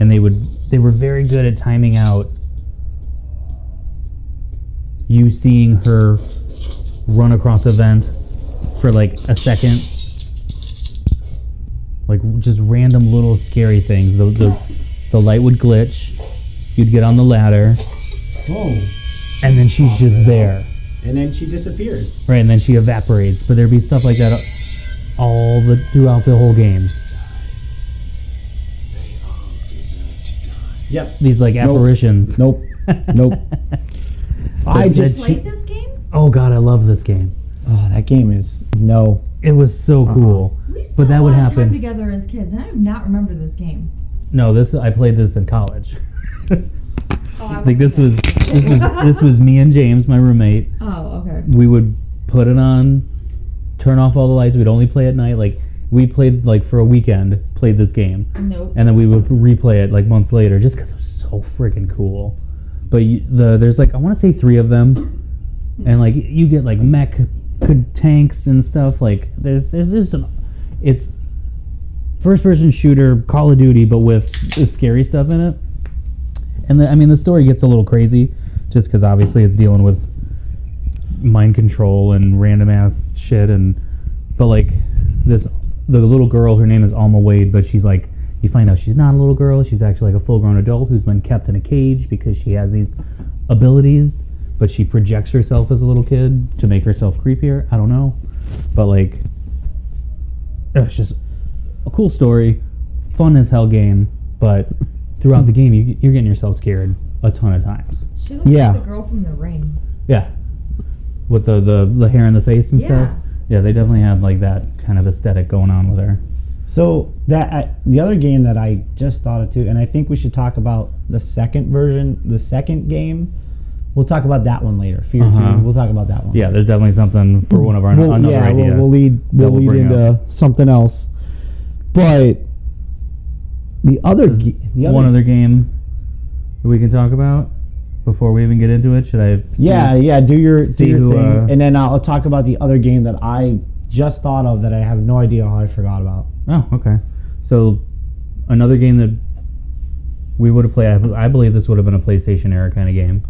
[SPEAKER 3] and they would they were very good at timing out you seeing her run across a vent for like a second, like just random little scary things. The the, the light would glitch. You'd get on the ladder,
[SPEAKER 4] Whoa.
[SPEAKER 3] and then she's just there.
[SPEAKER 4] And then she disappears.
[SPEAKER 3] Right, and then she evaporates. But there'd be stuff like that all the throughout the whole game.
[SPEAKER 4] Yep.
[SPEAKER 3] These like apparitions.
[SPEAKER 4] Nope. Nope. I
[SPEAKER 3] That-
[SPEAKER 4] just.
[SPEAKER 3] that
[SPEAKER 5] Played this game?
[SPEAKER 3] Oh god, I love this game.
[SPEAKER 4] Oh, that game is no.
[SPEAKER 3] It was so cool.
[SPEAKER 5] We spent
[SPEAKER 3] But that
[SPEAKER 5] a lot
[SPEAKER 3] would
[SPEAKER 5] of
[SPEAKER 3] happen.
[SPEAKER 5] time together as kids, and I do not remember this game.
[SPEAKER 3] No, this I played this in college.
[SPEAKER 5] Oh,
[SPEAKER 3] *laughs*
[SPEAKER 5] I
[SPEAKER 3] like this was this was this was me and James, my roommate.
[SPEAKER 5] Oh, okay.
[SPEAKER 3] We would put it on, turn off all the lights. We'd only play at night. Like we played like for a weekend, played this game.
[SPEAKER 5] Nope.
[SPEAKER 3] and then we would replay it like months later just because it was so freaking cool but you, the there's like i want to say three of them and like you get like mech c- tanks and stuff like there's there's just an, it's first person shooter call of duty but with the scary stuff in it and the, i mean the story gets a little crazy just because obviously it's dealing with mind control and random ass shit and but like this the little girl her name is alma wade but she's like you find out she's not a little girl she's actually like a full grown adult who's been kept in a cage because she has these abilities but she projects herself as a little kid to make herself creepier. I don't know, but like, it's just a cool story, fun as hell game. But throughout
[SPEAKER 4] *laughs*
[SPEAKER 3] the game, you, you're getting yourself scared a ton of times.
[SPEAKER 5] She looks
[SPEAKER 4] Yeah.
[SPEAKER 5] like the girl from the ring.
[SPEAKER 3] Yeah, with the the, the hair in the face and stuff.
[SPEAKER 5] Yeah.
[SPEAKER 3] Yeah, they definitely had like that kind of aesthetic going on with her.
[SPEAKER 4] So that I, the other game that I just thought of too, and I think we should talk about the second version, the second game. We'll talk about that one later. Fear
[SPEAKER 3] Uh-huh.
[SPEAKER 4] Two. We'll talk about that one.
[SPEAKER 3] Yeah, there's definitely something for one of our
[SPEAKER 4] We'll,
[SPEAKER 3] another
[SPEAKER 4] yeah,
[SPEAKER 3] idea.
[SPEAKER 4] we'll, we'll lead we'll,
[SPEAKER 3] that we'll
[SPEAKER 4] lead
[SPEAKER 3] bring
[SPEAKER 4] into something else. But the other ge- the other,
[SPEAKER 3] Mm-hmm. one other game that we can talk about before we even get into it. Should I? see-
[SPEAKER 4] yeah yeah do your do
[SPEAKER 3] see
[SPEAKER 4] your
[SPEAKER 3] who,
[SPEAKER 4] thing,
[SPEAKER 3] uh,
[SPEAKER 4] and then I'll, I'll talk about the other game that I just thought of that I have no idea how I forgot about.
[SPEAKER 3] Oh, okay. So another game that we would have played. I, I believe this would have been a PlayStation era kind of game.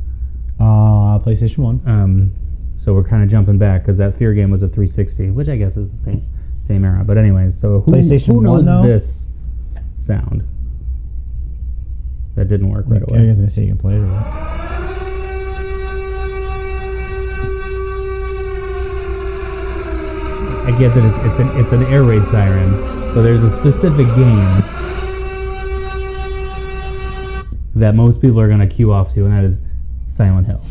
[SPEAKER 4] Uh, PlayStation One.
[SPEAKER 3] Um, so we're kind of jumping back because that Fear game was a 360, which I guess is the same same era. But anyways, so who,
[SPEAKER 4] PlayStation
[SPEAKER 3] who
[SPEAKER 4] one,
[SPEAKER 3] knows
[SPEAKER 4] though?
[SPEAKER 3] this sound? That didn't work right
[SPEAKER 4] I
[SPEAKER 3] away.
[SPEAKER 4] was gonna say you can play it. but-
[SPEAKER 3] I get that it's, it's an it's an air raid siren, so there's a specific game that most people are gonna queue off to, and that is Silent Hill.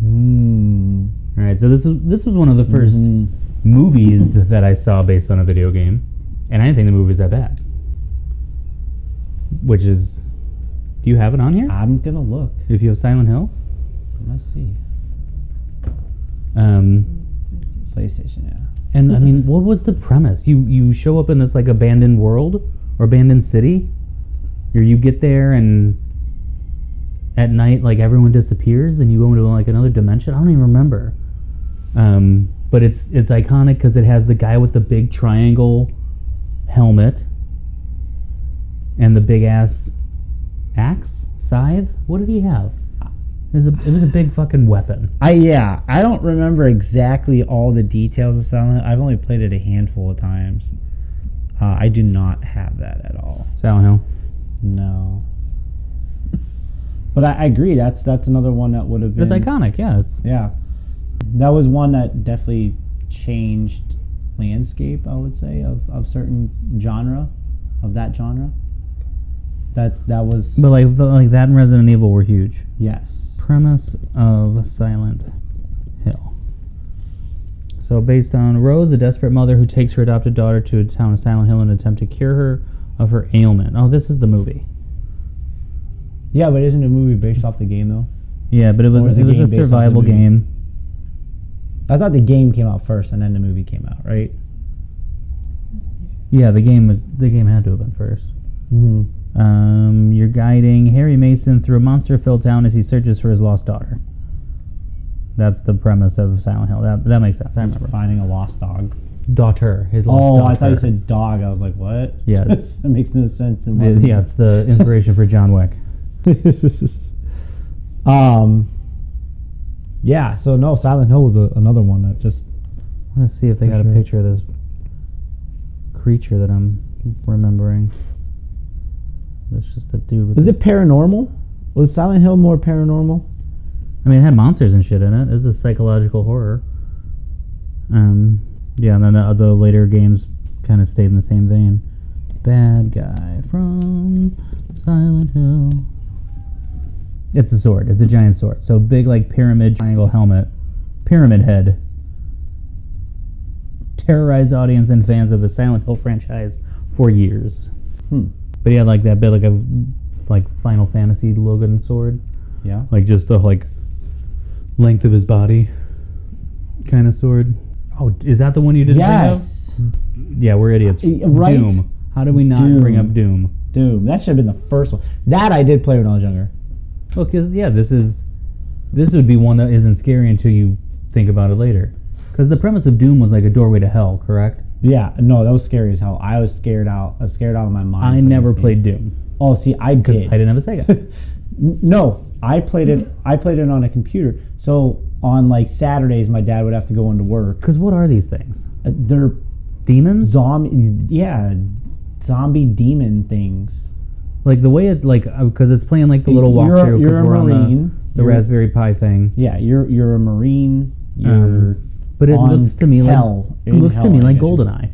[SPEAKER 4] Hmm.
[SPEAKER 3] All right, so this is this was one of the 1st
[SPEAKER 4] Mm-hmm.
[SPEAKER 3] movies that I saw based on a video game, and I didn't think the movie was that bad. Which is, do you have it on here?
[SPEAKER 4] I'm gonna look.
[SPEAKER 3] If you have Silent Hill,
[SPEAKER 4] Let's see.
[SPEAKER 3] um,
[SPEAKER 4] PlayStation, yeah.
[SPEAKER 3] and I mean, what was the premise? You you show up in this like abandoned world or abandoned city, or you get there and at night like everyone disappears and you go into like another dimension. I don't even remember. Um, but it's it's iconic because it has the guy with the big triangle helmet and the big ass axe scythe. What did he have? It was a, it was a big fucking weapon.
[SPEAKER 4] I yeah, I don't remember exactly all the details of Silent Hill. I've only played it a handful of times. Uh, I do not have that at all.
[SPEAKER 3] Silent Hill.
[SPEAKER 4] No. *laughs* But I, I agree. That's that's another one that would have been.
[SPEAKER 3] It's iconic. Yeah, it's
[SPEAKER 4] Yeah, that was one that definitely changed landscape. I would say of, of certain genre, of that genre. That that was
[SPEAKER 3] But like, the- like that and Resident Evil were huge.
[SPEAKER 4] yes.
[SPEAKER 3] Premise of Silent Hill. So based on Rose, a desperate mother who takes her adopted daughter to a town of Silent Hill in an attempt to cure her of her ailment. Oh, this is the movie.
[SPEAKER 4] Yeah, but isn't a movie based off the game though?
[SPEAKER 3] Yeah, but it was,
[SPEAKER 4] Or is the
[SPEAKER 3] it was
[SPEAKER 4] game
[SPEAKER 3] a
[SPEAKER 4] based off the
[SPEAKER 3] survival
[SPEAKER 4] movie?
[SPEAKER 3] game.
[SPEAKER 4] I thought the game came out first and then the movie came out, right?
[SPEAKER 3] Yeah, the game was- the game had to have been first.
[SPEAKER 4] Mm-hmm.
[SPEAKER 3] Um, you're guiding Harry Mason through a monster-filled town as he searches for his lost daughter. That's the premise of Silent Hill. That, that makes sense. I remember.
[SPEAKER 4] Finding a lost dog.
[SPEAKER 3] Daughter. His lost
[SPEAKER 4] Oh,
[SPEAKER 3] daughter.
[SPEAKER 4] I thought you said dog. I was like, what? *laughs*
[SPEAKER 3] Yeah, it's-
[SPEAKER 4] that makes no sense. In my
[SPEAKER 3] Yeah, yeah, it's the inspiration for John *laughs* Wick.
[SPEAKER 4] *laughs* um. Yeah. So no, Silent Hill was a, another one that just
[SPEAKER 3] I want to see if they
[SPEAKER 4] For
[SPEAKER 3] got
[SPEAKER 4] sure.
[SPEAKER 3] a picture of this creature that I'm remembering. It's just a dude. With
[SPEAKER 4] was it paranormal? Was Silent Hill more paranormal?
[SPEAKER 3] I mean, it had monsters and shit in it. It's a psychological horror. Um, yeah, and then the other later games kind of stayed in the same vein. Bad guy from Silent Hill. It's a sword. It's a giant sword. So big, like pyramid triangle helmet, pyramid head. Terrorized audience and fans of the Silent Hill franchise for years.
[SPEAKER 4] Hmm.
[SPEAKER 3] But yeah, like that bit, like a like Final Fantasy logo and sword
[SPEAKER 4] Yeah.
[SPEAKER 3] like just the like length of his body kind of sword. Oh, is that the one you did?
[SPEAKER 4] Yes. Uh,
[SPEAKER 3] Yeah, we're idiots.
[SPEAKER 4] Y- right?
[SPEAKER 3] Doom. How do we not bring
[SPEAKER 4] Doom.
[SPEAKER 3] up Doom?
[SPEAKER 4] Doom. That should have been the first one. That I did play when I was younger.
[SPEAKER 3] Well, because yeah, this is this would be one that isn't scary until you think about it later. Because the premise of Doom was like a doorway to hell, correct?
[SPEAKER 4] Yeah. No, that was scary as hell. I was scared out. I was scared out of my mind.
[SPEAKER 3] I
[SPEAKER 4] playing
[SPEAKER 3] never
[SPEAKER 4] this game.
[SPEAKER 3] played Doom
[SPEAKER 4] Oh, see, I
[SPEAKER 3] because
[SPEAKER 4] did.
[SPEAKER 3] I didn't have a
[SPEAKER 4] *laughs*
[SPEAKER 3] Sega.
[SPEAKER 4] N- No, I played it. I played it on a computer. So on like Saturdays, my dad would have to go into work.
[SPEAKER 3] Because what are these things?
[SPEAKER 4] Uh, They're
[SPEAKER 3] Demons?
[SPEAKER 4] zombies. Yeah, zombie demon things.
[SPEAKER 3] Like the way it like because it's playing like the little
[SPEAKER 4] You're-
[SPEAKER 3] walkthrough.
[SPEAKER 4] You're,
[SPEAKER 3] because
[SPEAKER 4] a
[SPEAKER 3] we're on the-
[SPEAKER 4] marine.
[SPEAKER 3] the Raspberry Pi thing.
[SPEAKER 4] Yeah, you're you're a marine. You're
[SPEAKER 3] Um, but it
[SPEAKER 4] on
[SPEAKER 3] looks to me
[SPEAKER 4] hell-
[SPEAKER 3] like
[SPEAKER 4] in
[SPEAKER 3] it looks
[SPEAKER 4] hell,
[SPEAKER 3] to me
[SPEAKER 4] I
[SPEAKER 3] like
[SPEAKER 4] guess you-
[SPEAKER 3] GoldenEye.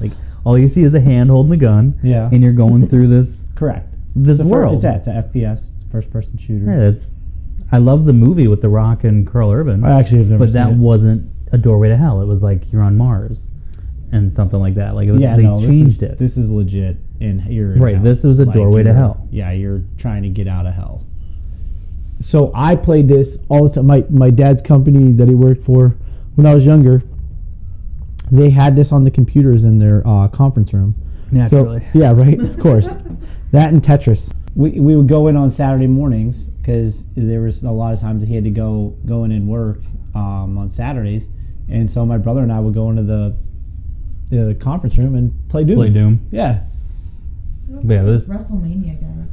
[SPEAKER 3] Like all you see is a hand holding a gun.
[SPEAKER 4] Yeah.
[SPEAKER 3] and you're going through this
[SPEAKER 4] correct.
[SPEAKER 3] this
[SPEAKER 4] It's a fir-
[SPEAKER 3] world.
[SPEAKER 4] it's yeah, it's a FPS. It's a first person shooter.
[SPEAKER 3] Yeah, that's. I love the movie with The Rock and Carl Urban.
[SPEAKER 4] I actually have never
[SPEAKER 3] but
[SPEAKER 4] seen
[SPEAKER 3] that
[SPEAKER 4] it.
[SPEAKER 3] wasn't a doorway to hell. It was like you're on Mars, and something like that. Like it was
[SPEAKER 4] yeah,
[SPEAKER 3] they
[SPEAKER 4] no,
[SPEAKER 3] changed
[SPEAKER 4] this is,
[SPEAKER 3] it.
[SPEAKER 4] This is legit, and you're
[SPEAKER 3] Right,
[SPEAKER 4] now-
[SPEAKER 3] this was a doorway to
[SPEAKER 4] you're-
[SPEAKER 3] hell.
[SPEAKER 4] Yeah, you're trying to get out of hell. So I played this all the time. My my dad's company that he worked for when I was younger, they had this on the computers in their uh, conference room.
[SPEAKER 3] Naturally.
[SPEAKER 4] So, yeah, right. Of *laughs* course, that and Tetris. We, we would go in on Saturday mornings because there was a lot of times he had to go go in and work um, on Saturdays, and so my brother and I would go into the the conference room and play Doom.
[SPEAKER 3] Play Doom *laughs*
[SPEAKER 4] Yeah.
[SPEAKER 3] Yeah, this-
[SPEAKER 5] WrestleMania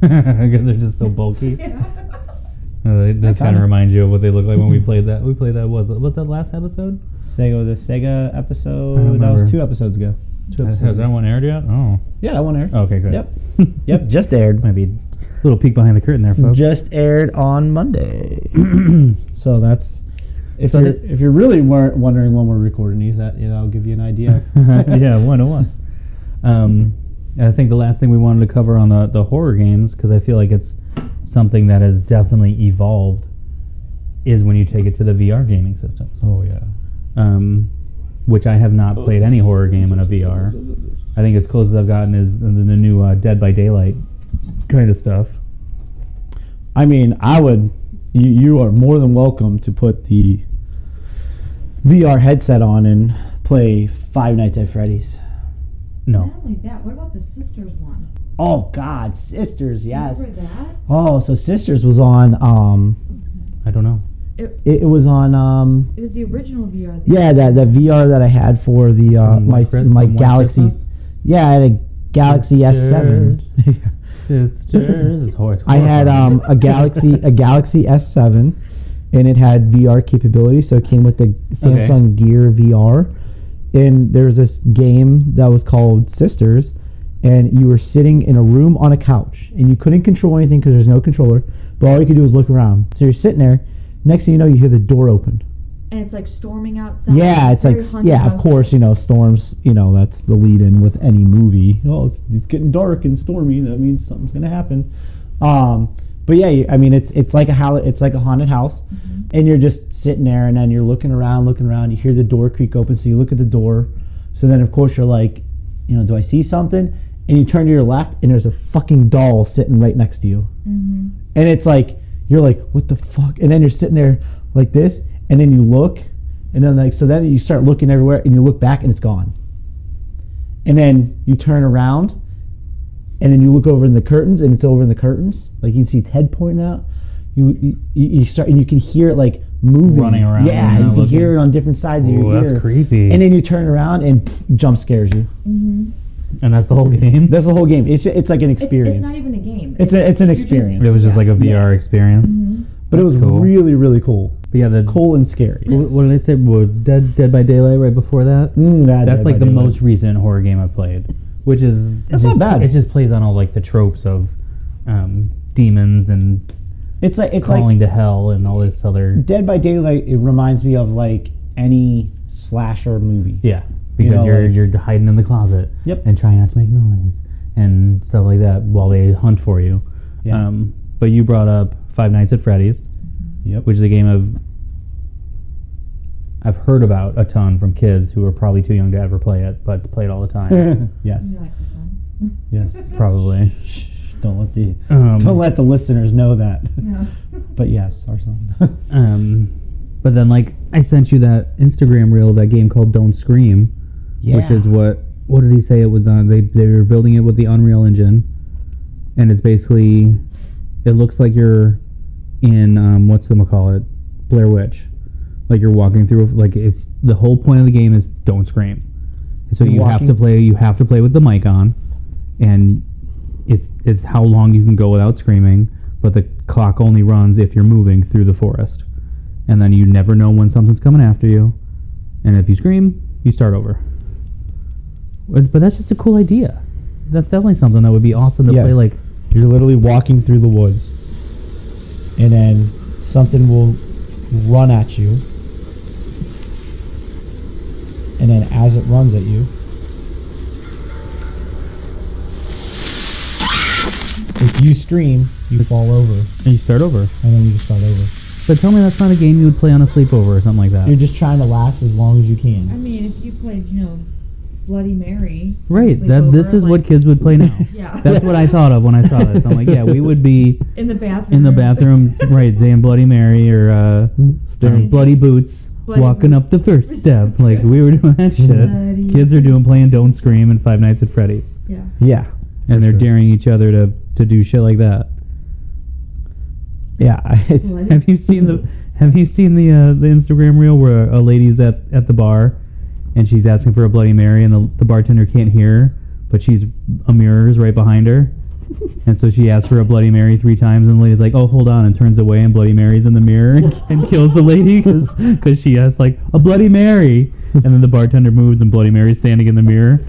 [SPEAKER 3] *laughs*
[SPEAKER 5] guys. *laughs*
[SPEAKER 3] because they're just so
[SPEAKER 4] *laughs*
[SPEAKER 3] bulky. Uh, It does kind
[SPEAKER 4] I kinda-
[SPEAKER 3] of remind you of what they look like when we played that. We played that. What was that last episode?
[SPEAKER 4] Sega the Sega
[SPEAKER 3] I don't
[SPEAKER 4] episode. That was
[SPEAKER 3] remember.
[SPEAKER 4] two episodes ago. Two
[SPEAKER 3] Has,
[SPEAKER 4] episodes.
[SPEAKER 3] has that
[SPEAKER 4] ago.
[SPEAKER 3] one aired yet? Oh,
[SPEAKER 4] Yeah, that one aired.
[SPEAKER 3] okay, good.
[SPEAKER 4] Yep.
[SPEAKER 3] *laughs*
[SPEAKER 4] Yep. Just aired.
[SPEAKER 3] Might be a little peek behind the curtain there, folks.
[SPEAKER 4] Just aired
[SPEAKER 3] *clears throat*
[SPEAKER 4] on Monday. so that's. If
[SPEAKER 3] So
[SPEAKER 4] you're
[SPEAKER 3] the-
[SPEAKER 4] if you're really wor- wondering when we're recording these, that you know, I'll give you an idea.
[SPEAKER 3] *laughs* yeah, one it was. Um, I think the last thing we wanted to cover on the, the horror games, because I feel like it's something that has definitely evolved, is when you take it to the VR gaming systems.
[SPEAKER 4] Oh yeah.
[SPEAKER 3] Um, which I have not played any horror game in a VR. I think as close as I've gotten is the, the new uh, Dead by Daylight kind of stuff.
[SPEAKER 4] I mean, I would. You you are more than welcome to put the VR headset on and play Five Nights at Freddy's.
[SPEAKER 3] No.
[SPEAKER 5] Not only that, what about the sisters one?
[SPEAKER 4] Oh God, Sisters, yes.
[SPEAKER 5] Remember that?
[SPEAKER 4] Oh, so Sisters was on. Um,
[SPEAKER 3] I don't know.
[SPEAKER 4] it, it was on. Um,
[SPEAKER 5] It was the original VR. that-
[SPEAKER 4] yeah, that that VR that I had for the uh,
[SPEAKER 3] From
[SPEAKER 4] my
[SPEAKER 3] White Chris-
[SPEAKER 4] my
[SPEAKER 3] from White
[SPEAKER 4] Galaxy.
[SPEAKER 3] Christmas?
[SPEAKER 4] Yeah, I had a Galaxy S seven. *laughs*
[SPEAKER 3] Sisters. It's hor- it's
[SPEAKER 4] I had um, a
[SPEAKER 3] horrifying. *laughs*
[SPEAKER 4] Galaxy a Galaxy S seven, and it had VR capability. So it came with the Samsung Gear VR, and there was this game that was called Sisters, and you were sitting in a room on a couch, and you couldn't control anything because there's no controller. But all you could do was look around. So you're sitting there. Next thing you know, you hear the door open.
[SPEAKER 5] And it's like storming outside.
[SPEAKER 4] Yeah, it's, like
[SPEAKER 5] very
[SPEAKER 4] s-
[SPEAKER 5] haunted
[SPEAKER 4] yeah, of
[SPEAKER 5] house.
[SPEAKER 4] course, you know, storms, you know, that's the lead in with any movie. Oh, it's, it's getting dark and stormy, that means something's going to happen. Um, but yeah, you- I mean it's it's like a hall- it's like a haunted house and you're just sitting there and then you're looking around, looking around, you hear the door creak open, so you look at the door. So then of course you're like, you know, do I see something? And you turn to your left and there's a fucking doll sitting right next to you and it's like you're like what the fuck and then you're sitting there like this and then you look and then like so then you start looking everywhere and you look back and it's gone and then you turn around and then you look over in the curtains and it's over in the curtains like you can see ted pointing out you you, you start and you can hear it like moving
[SPEAKER 3] Running around
[SPEAKER 4] yeah
[SPEAKER 3] and
[SPEAKER 4] you
[SPEAKER 3] not
[SPEAKER 4] can hear
[SPEAKER 3] looking.
[SPEAKER 4] it on different sides of
[SPEAKER 3] Ooh,
[SPEAKER 4] your
[SPEAKER 3] that's
[SPEAKER 4] ear.
[SPEAKER 3] creepy.
[SPEAKER 4] and then you turn around and pff, jump scares you
[SPEAKER 3] and that's the whole game.
[SPEAKER 4] that's the whole game it's, it's like an
[SPEAKER 5] It's, it's
[SPEAKER 4] experience
[SPEAKER 5] not even a game.
[SPEAKER 4] It's a- it's an
[SPEAKER 5] you're just-
[SPEAKER 4] experience.
[SPEAKER 3] It was just
[SPEAKER 5] yeah.
[SPEAKER 3] like a VR experience.
[SPEAKER 4] but it
[SPEAKER 3] Mm-hmm. That's
[SPEAKER 4] was
[SPEAKER 3] cool.
[SPEAKER 4] really really cool
[SPEAKER 3] But yeah, the
[SPEAKER 4] cool and scary
[SPEAKER 3] What, what did I say? Well, Dead Dead by Daylight right before that.
[SPEAKER 4] Mm, that-
[SPEAKER 3] That's
[SPEAKER 4] that-
[SPEAKER 3] like
[SPEAKER 4] that
[SPEAKER 3] the
[SPEAKER 4] did work.
[SPEAKER 3] most recent horror game I played, which is
[SPEAKER 4] That's
[SPEAKER 3] it
[SPEAKER 4] not
[SPEAKER 3] just-
[SPEAKER 4] bad.
[SPEAKER 3] It just plays on all like the tropes of um, demons and
[SPEAKER 4] It's like it's
[SPEAKER 3] calling
[SPEAKER 4] like
[SPEAKER 3] to hell and all this other
[SPEAKER 4] Dead by Daylight. It reminds me of like any slasher movie.
[SPEAKER 3] yeah. Because you
[SPEAKER 4] know,
[SPEAKER 3] are
[SPEAKER 4] like-
[SPEAKER 3] you're hiding in the closet
[SPEAKER 4] Yep.
[SPEAKER 3] and trying not to make noise and stuff like that while they hunt for you.
[SPEAKER 4] Yeah.
[SPEAKER 3] Um, but you brought up Five Nights at Freddy's.
[SPEAKER 4] Yep.
[SPEAKER 3] which is a game of I've heard about a ton from kids who are probably too young to ever play it, but play it all the
[SPEAKER 4] *laughs*
[SPEAKER 3] time.
[SPEAKER 4] *laughs* yes.
[SPEAKER 5] You like this one?
[SPEAKER 4] Yes.
[SPEAKER 3] probably.
[SPEAKER 4] Shh, don't
[SPEAKER 3] *laughs*
[SPEAKER 4] let the
[SPEAKER 3] Um,
[SPEAKER 4] don't let the listeners know that. *laughs*
[SPEAKER 5] No. *laughs*
[SPEAKER 4] But yes, our son.
[SPEAKER 3] *laughs* Um, but then, like, I sent you that Instagram reel of that game called Don't Scream,
[SPEAKER 4] *laughs* yeah.
[SPEAKER 3] which is what what did he say it was on? They they were building it with the Unreal Engine, and it's basically it looks like you're in um, what's the call it Blair Witch, like you're walking through like it's the whole point of the game is don't scream, so you have to
[SPEAKER 4] walking-
[SPEAKER 3] play you have to play with the mic on, and it's it's how long you can go without screaming, but the clock only runs if you're moving through the forest, and then you never know when something's coming after you, and if you scream you start over. But but that's just a cool idea. That's definitely something that would be awesome to
[SPEAKER 4] Yeah.
[SPEAKER 3] play like
[SPEAKER 4] you're literally walking through the woods. and then something will run at you, and then as it runs at you, if you scream, you fall over, and
[SPEAKER 3] And you start over.
[SPEAKER 4] then you just start over.
[SPEAKER 3] But tell me that's not a game you would play on a sleepover or something like that.
[SPEAKER 4] You're just trying to last as long as you
[SPEAKER 5] I
[SPEAKER 4] can.
[SPEAKER 5] mean, if you played, you know, Bloody Mary.
[SPEAKER 3] right.
[SPEAKER 5] sleep
[SPEAKER 3] That
[SPEAKER 5] over,
[SPEAKER 3] this is
[SPEAKER 5] like,
[SPEAKER 3] what kids would play now.
[SPEAKER 5] Yeah.
[SPEAKER 3] That's what I thought of when I saw this. I'm like, yeah, we would be
[SPEAKER 5] in the bathroom.
[SPEAKER 3] in the bathroom, right, saying Bloody Mary or uh,
[SPEAKER 4] Staring.
[SPEAKER 3] um, Bloody Boots,
[SPEAKER 5] Bloody
[SPEAKER 3] walking
[SPEAKER 5] Boots.
[SPEAKER 3] up the first step. Like we were doing that shit.
[SPEAKER 5] Bloody
[SPEAKER 3] Kids are doing playing Don't Scream and Five Nights at Freddy's,
[SPEAKER 5] Yeah.
[SPEAKER 4] Yeah.
[SPEAKER 3] and they're
[SPEAKER 4] sure.
[SPEAKER 3] daring each other to to do shit like that.
[SPEAKER 4] Yeah. *laughs* It's,
[SPEAKER 5] Bloody-
[SPEAKER 3] Have you seen the Have you seen the uh, the Instagram reel where a lady's at at the bar, and she's asking for a Bloody Mary, and the, the bartender can't hear her, but she's a mirror is right behind her, and so she asks for a Bloody Mary three times, and the lady's like, "Oh, hold on," and turns away, and Bloody Mary's in the mirror and, and kills the lady because she asked like a Bloody Mary, and then the bartender moves, and Bloody Mary's standing in the mirror.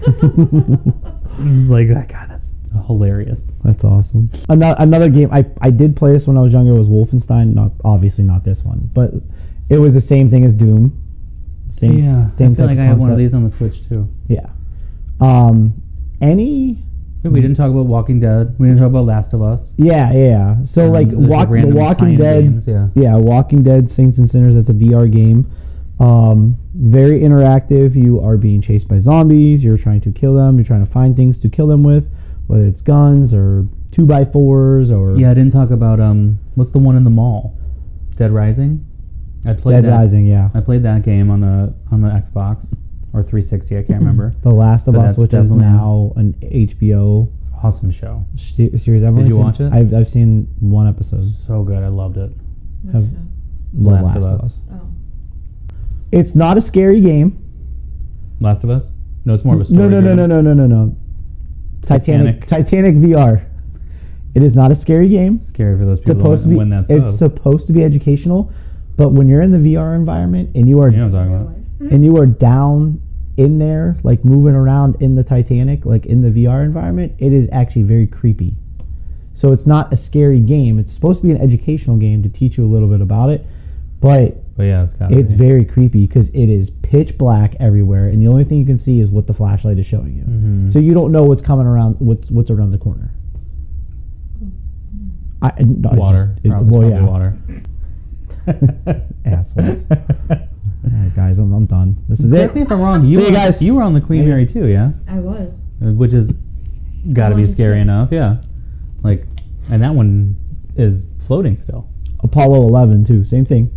[SPEAKER 3] It's like, oh, God, that's hilarious.
[SPEAKER 4] That's awesome. Another, another game I, I did play this when I was younger was Wolfenstein. Not obviously not this one, but it was the same thing as Doom. Same same
[SPEAKER 3] I feel
[SPEAKER 4] type
[SPEAKER 3] like
[SPEAKER 4] of
[SPEAKER 3] I have one of
[SPEAKER 4] concept.
[SPEAKER 3] these on the Switch too.
[SPEAKER 4] Yeah. Um, any
[SPEAKER 3] Yeah, We didn't talk about Walking Dead. We didn't talk about Last of Us.
[SPEAKER 4] yeah yeah. So
[SPEAKER 3] Um,
[SPEAKER 4] like
[SPEAKER 3] there's,
[SPEAKER 4] walk, the
[SPEAKER 3] random
[SPEAKER 4] Walking
[SPEAKER 3] tie-in
[SPEAKER 4] Dead.
[SPEAKER 3] games, yeah.
[SPEAKER 4] Yeah, Walking Dead Saints and Sinners. That's a VR game. Um, very interactive. You are being chased by zombies. You're trying to kill them. You're trying to find things to kill them with, whether it's guns or two by fours or
[SPEAKER 3] Yeah, I didn't talk about um. What's the one in the mall? Dead Rising. I played
[SPEAKER 4] Dead
[SPEAKER 3] that.
[SPEAKER 4] Rising. Yeah,
[SPEAKER 3] I played that game on the on the Xbox or 360. I can't
[SPEAKER 4] *laughs*
[SPEAKER 3] remember.
[SPEAKER 4] The Last of
[SPEAKER 3] But
[SPEAKER 4] Us,
[SPEAKER 3] that's
[SPEAKER 4] which is
[SPEAKER 3] definitely-
[SPEAKER 4] now an HBO
[SPEAKER 3] awesome show.
[SPEAKER 4] se- series. I've only
[SPEAKER 3] you
[SPEAKER 4] seen-
[SPEAKER 3] watch it?
[SPEAKER 4] I've, I've seen one episode.
[SPEAKER 3] So good. I loved it.
[SPEAKER 5] Which,
[SPEAKER 4] Have-
[SPEAKER 5] uh,
[SPEAKER 4] The
[SPEAKER 3] Last of Us.
[SPEAKER 5] oh.
[SPEAKER 4] It's not a scary game.
[SPEAKER 3] Last of Us. No, it's more of a story.
[SPEAKER 4] No, no, no, no, no, no, no, no. Titanic. Titanic VR. It is not a scary game.
[SPEAKER 3] Scary for those
[SPEAKER 4] It's
[SPEAKER 3] people
[SPEAKER 4] supposed to
[SPEAKER 3] when,
[SPEAKER 4] be.
[SPEAKER 3] when that's
[SPEAKER 4] it's
[SPEAKER 3] up.
[SPEAKER 4] supposed to be educational, but when you're in the VR environment and you are
[SPEAKER 3] you know what I'm talking
[SPEAKER 5] Real
[SPEAKER 3] about.
[SPEAKER 5] life.
[SPEAKER 4] and you are down in there, like moving around in the Titanic, like in the VR environment, it is actually very creepy. So it's not a scary game. It's supposed to be an educational game to teach you a little bit about it, but
[SPEAKER 3] But yeah, it's got.
[SPEAKER 4] it's very creepy because it is pitch black everywhere, and the only thing you can see is what the flashlight is showing you.
[SPEAKER 3] Mm-hmm. Hmm.
[SPEAKER 4] So you don't know what's coming around, what's what's around the corner. I, I- no, I just-
[SPEAKER 3] water.
[SPEAKER 4] it-
[SPEAKER 3] probably,
[SPEAKER 4] well,
[SPEAKER 3] probably
[SPEAKER 4] yeah.
[SPEAKER 3] water.
[SPEAKER 4] *laughs*
[SPEAKER 3] *laughs*
[SPEAKER 4] Assholes. All right, guys, I'm, I'm done. This is it.
[SPEAKER 3] Correct me *laughs* if I'm wrong. You,
[SPEAKER 4] See you
[SPEAKER 3] were-
[SPEAKER 4] guys.
[SPEAKER 3] you were on the Queen Mary too, yeah?
[SPEAKER 5] I was.
[SPEAKER 3] Uh, which is got to be
[SPEAKER 5] Haunted
[SPEAKER 3] scary
[SPEAKER 5] ship.
[SPEAKER 3] enough. Yeah, like, and that one is floating still.
[SPEAKER 4] Apollo 11 too. Same thing.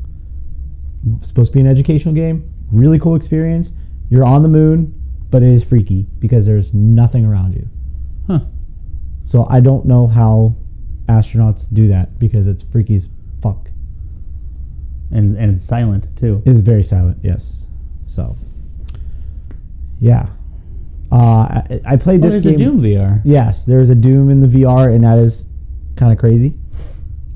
[SPEAKER 4] Supposed to be an educational game. Really cool experience. You're on the moon, but it is freaky because there's nothing around you.
[SPEAKER 3] Huh?
[SPEAKER 4] So I don't know how astronauts do that because it's freaky as fuck.
[SPEAKER 3] And and it's silent too.
[SPEAKER 4] It is very silent. Yes. So. Yeah. Uh, I, I played
[SPEAKER 3] Oh,
[SPEAKER 4] this
[SPEAKER 3] there's
[SPEAKER 4] game.
[SPEAKER 3] a Doom VR.
[SPEAKER 4] Yes, there's a Doom in the VR, and that is kind of crazy.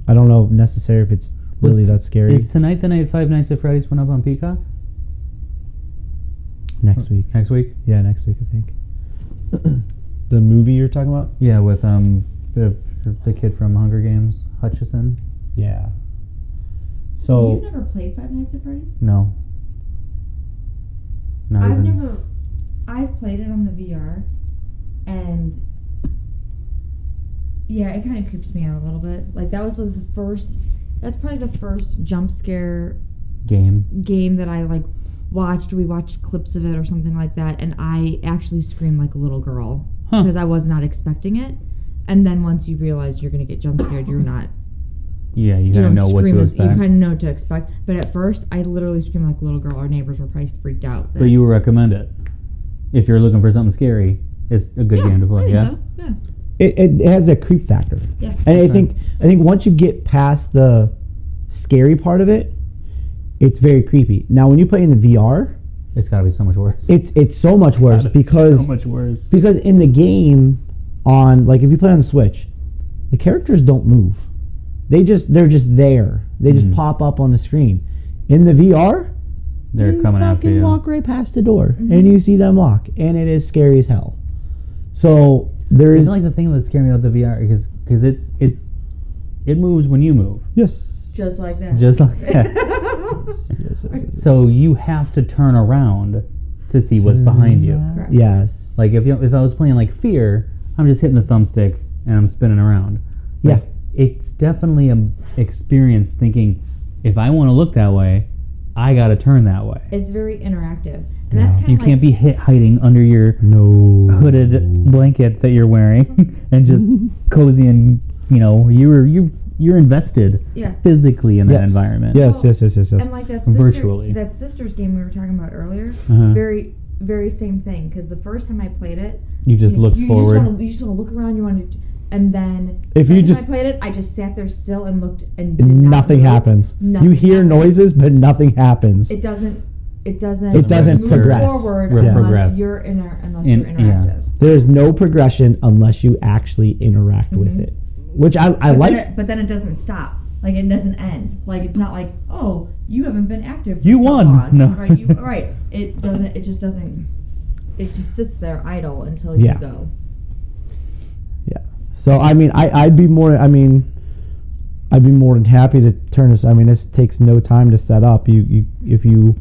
[SPEAKER 4] I don't know necessarily if it's
[SPEAKER 3] Was
[SPEAKER 4] really
[SPEAKER 3] t-
[SPEAKER 4] that scary.
[SPEAKER 3] Is tonight the night Five Nights at Freddy's went up on Peacock
[SPEAKER 4] next week.
[SPEAKER 3] next week?
[SPEAKER 4] Yeah, next week I think. *coughs* the movie you're talking about?
[SPEAKER 3] Yeah, with um the the kid from Hunger Games, Hutchison.
[SPEAKER 4] Yeah.
[SPEAKER 5] You've
[SPEAKER 4] So
[SPEAKER 5] never played Five Nights at Freddy's?
[SPEAKER 3] No. Not
[SPEAKER 5] I've
[SPEAKER 3] even.
[SPEAKER 5] never. I've played it on the VR, and yeah, it kind of creeps me out a little bit. Like that was the first. That's probably the first jump scare
[SPEAKER 3] Game.
[SPEAKER 5] game that I like watched. We watched clips of it or something like that, and I actually screamed like a little girl
[SPEAKER 3] Huh.
[SPEAKER 5] because I was not expecting it. And then once you realize you're gonna get jump scared, you're not.
[SPEAKER 3] Yeah, you
[SPEAKER 5] You
[SPEAKER 3] gotta
[SPEAKER 5] don't
[SPEAKER 3] know what
[SPEAKER 5] scream
[SPEAKER 3] to
[SPEAKER 5] as, You
[SPEAKER 3] expect.
[SPEAKER 5] kind of know what to expect. But at first, I literally screamed like a little girl. Our neighbors were probably freaked out.
[SPEAKER 3] But
[SPEAKER 5] that-
[SPEAKER 3] you would recommend it if you're looking for something scary. It's a good
[SPEAKER 5] yeah,
[SPEAKER 3] game to play.
[SPEAKER 5] I think
[SPEAKER 3] yeah.
[SPEAKER 5] so. Yeah.
[SPEAKER 4] it, it has that creep factor.
[SPEAKER 5] Yeah.
[SPEAKER 4] And I think I think once you get past the scary part of it, it's very creepy. Now when you play in the VR,
[SPEAKER 3] It's gotta be so much worse.
[SPEAKER 4] it's it's so much worse because
[SPEAKER 3] worse.
[SPEAKER 4] because in the game on like if you play on the switch the characters don't move they just they're just there they just
[SPEAKER 3] Mm-hmm.
[SPEAKER 4] pop up on the screen in the vr
[SPEAKER 3] They're
[SPEAKER 4] you
[SPEAKER 3] coming after
[SPEAKER 4] fucking
[SPEAKER 3] you.
[SPEAKER 4] walk right past the door
[SPEAKER 5] Mm-hmm.
[SPEAKER 4] and you see them walk and it is scary as hell so there
[SPEAKER 3] It's
[SPEAKER 4] is
[SPEAKER 3] like the thing that scared me about the VR because because it's it's It moves when you move,
[SPEAKER 4] Yes.
[SPEAKER 5] Just like that.
[SPEAKER 3] just like that.
[SPEAKER 4] *laughs* Yes. Yes. yes.
[SPEAKER 3] so you have to turn around to see what's behind you.
[SPEAKER 5] Correct.
[SPEAKER 4] yes.
[SPEAKER 3] Like if you, if I was playing like Fear, I'm just hitting the thumbstick and I'm spinning around.
[SPEAKER 4] yeah.
[SPEAKER 3] It's definitely an experience thinking, if I want to look that way, I got to turn that way.
[SPEAKER 5] It's very interactive, and that's kind
[SPEAKER 3] You
[SPEAKER 5] of like
[SPEAKER 3] can't be hit hiding under your
[SPEAKER 4] No.
[SPEAKER 3] hooded blanket that you're wearing *laughs* and
[SPEAKER 4] *laughs*
[SPEAKER 3] just cozy and you know you're you you're invested
[SPEAKER 5] yeah.
[SPEAKER 3] physically in that
[SPEAKER 4] Yes.
[SPEAKER 3] environment.
[SPEAKER 4] Yes. Yes. Yes. Yes. Yes.
[SPEAKER 5] And like that sister,
[SPEAKER 3] Virtually.
[SPEAKER 5] that sisters game we were talking about earlier,
[SPEAKER 3] Uh-huh.
[SPEAKER 5] very very same thing. Because the first time I played it,
[SPEAKER 3] You just
[SPEAKER 5] you-
[SPEAKER 3] look
[SPEAKER 5] you
[SPEAKER 3] forward.
[SPEAKER 5] Just wanna, you just want to look around. You want to, and then
[SPEAKER 4] If you
[SPEAKER 5] second time
[SPEAKER 4] just-
[SPEAKER 5] I played it, I just sat there still and looked, and did not
[SPEAKER 4] Nothing
[SPEAKER 5] move.
[SPEAKER 4] happens.
[SPEAKER 5] Nothing
[SPEAKER 4] You hear
[SPEAKER 5] happens.
[SPEAKER 4] noises, but nothing happens.
[SPEAKER 5] It doesn't. It doesn't.
[SPEAKER 4] It doesn't
[SPEAKER 5] move
[SPEAKER 4] progress.
[SPEAKER 5] Forward
[SPEAKER 3] Yeah.
[SPEAKER 5] unless
[SPEAKER 3] Progress.
[SPEAKER 5] you're in a, unless
[SPEAKER 3] In-
[SPEAKER 5] you're
[SPEAKER 3] yeah.
[SPEAKER 5] interactive.
[SPEAKER 4] There's no progression unless you actually interact with it, which I, I
[SPEAKER 5] Mm-hmm. But
[SPEAKER 4] like.
[SPEAKER 5] then it, but then it doesn't stop. Like it doesn't end. Like it's not like oh you haven't been active. For
[SPEAKER 3] You
[SPEAKER 5] so
[SPEAKER 3] won.
[SPEAKER 5] long."
[SPEAKER 3] No.
[SPEAKER 5] Right.
[SPEAKER 3] *laughs*
[SPEAKER 5] You, right. It doesn't. It just doesn't. It just sits there idle until
[SPEAKER 4] Yeah.
[SPEAKER 5] you go.
[SPEAKER 4] So I mean, I I'd be more. I mean, I'd be more than happy to turn this. I mean, this takes no time to set up. You you if you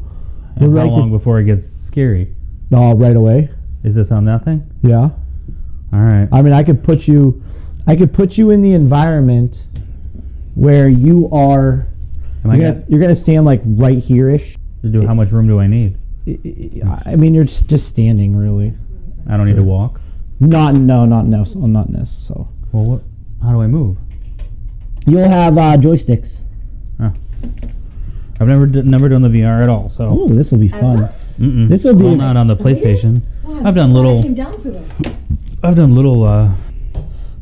[SPEAKER 3] And
[SPEAKER 4] would
[SPEAKER 3] how
[SPEAKER 4] like
[SPEAKER 3] long before it gets scary?
[SPEAKER 4] to, oh, right away.
[SPEAKER 3] Is this on that thing?
[SPEAKER 4] Yeah.
[SPEAKER 3] All right.
[SPEAKER 4] I mean, I could put you, I could put you in the environment where you are.
[SPEAKER 3] Am I
[SPEAKER 4] You're gonna,
[SPEAKER 3] gonna,
[SPEAKER 4] you're gonna stand like right here ish.
[SPEAKER 3] do how much room do I need?
[SPEAKER 4] I I mean, you're just, just standing really.
[SPEAKER 3] I don't need to walk.
[SPEAKER 4] Not no, not no, so- not this. So
[SPEAKER 3] Well, what? How do I move?
[SPEAKER 4] you'll have uh, joysticks.
[SPEAKER 3] Huh. I've never d- never done the VR at all, so
[SPEAKER 4] *gasps* Oh, this will be fun.
[SPEAKER 3] Mm-mm.
[SPEAKER 4] This will be
[SPEAKER 3] well,
[SPEAKER 4] an-
[SPEAKER 3] not on the PlayStation.
[SPEAKER 5] Well,
[SPEAKER 3] I've done little.
[SPEAKER 5] Came down for this.
[SPEAKER 3] I've done little.
[SPEAKER 4] *laughs*
[SPEAKER 3] Uh,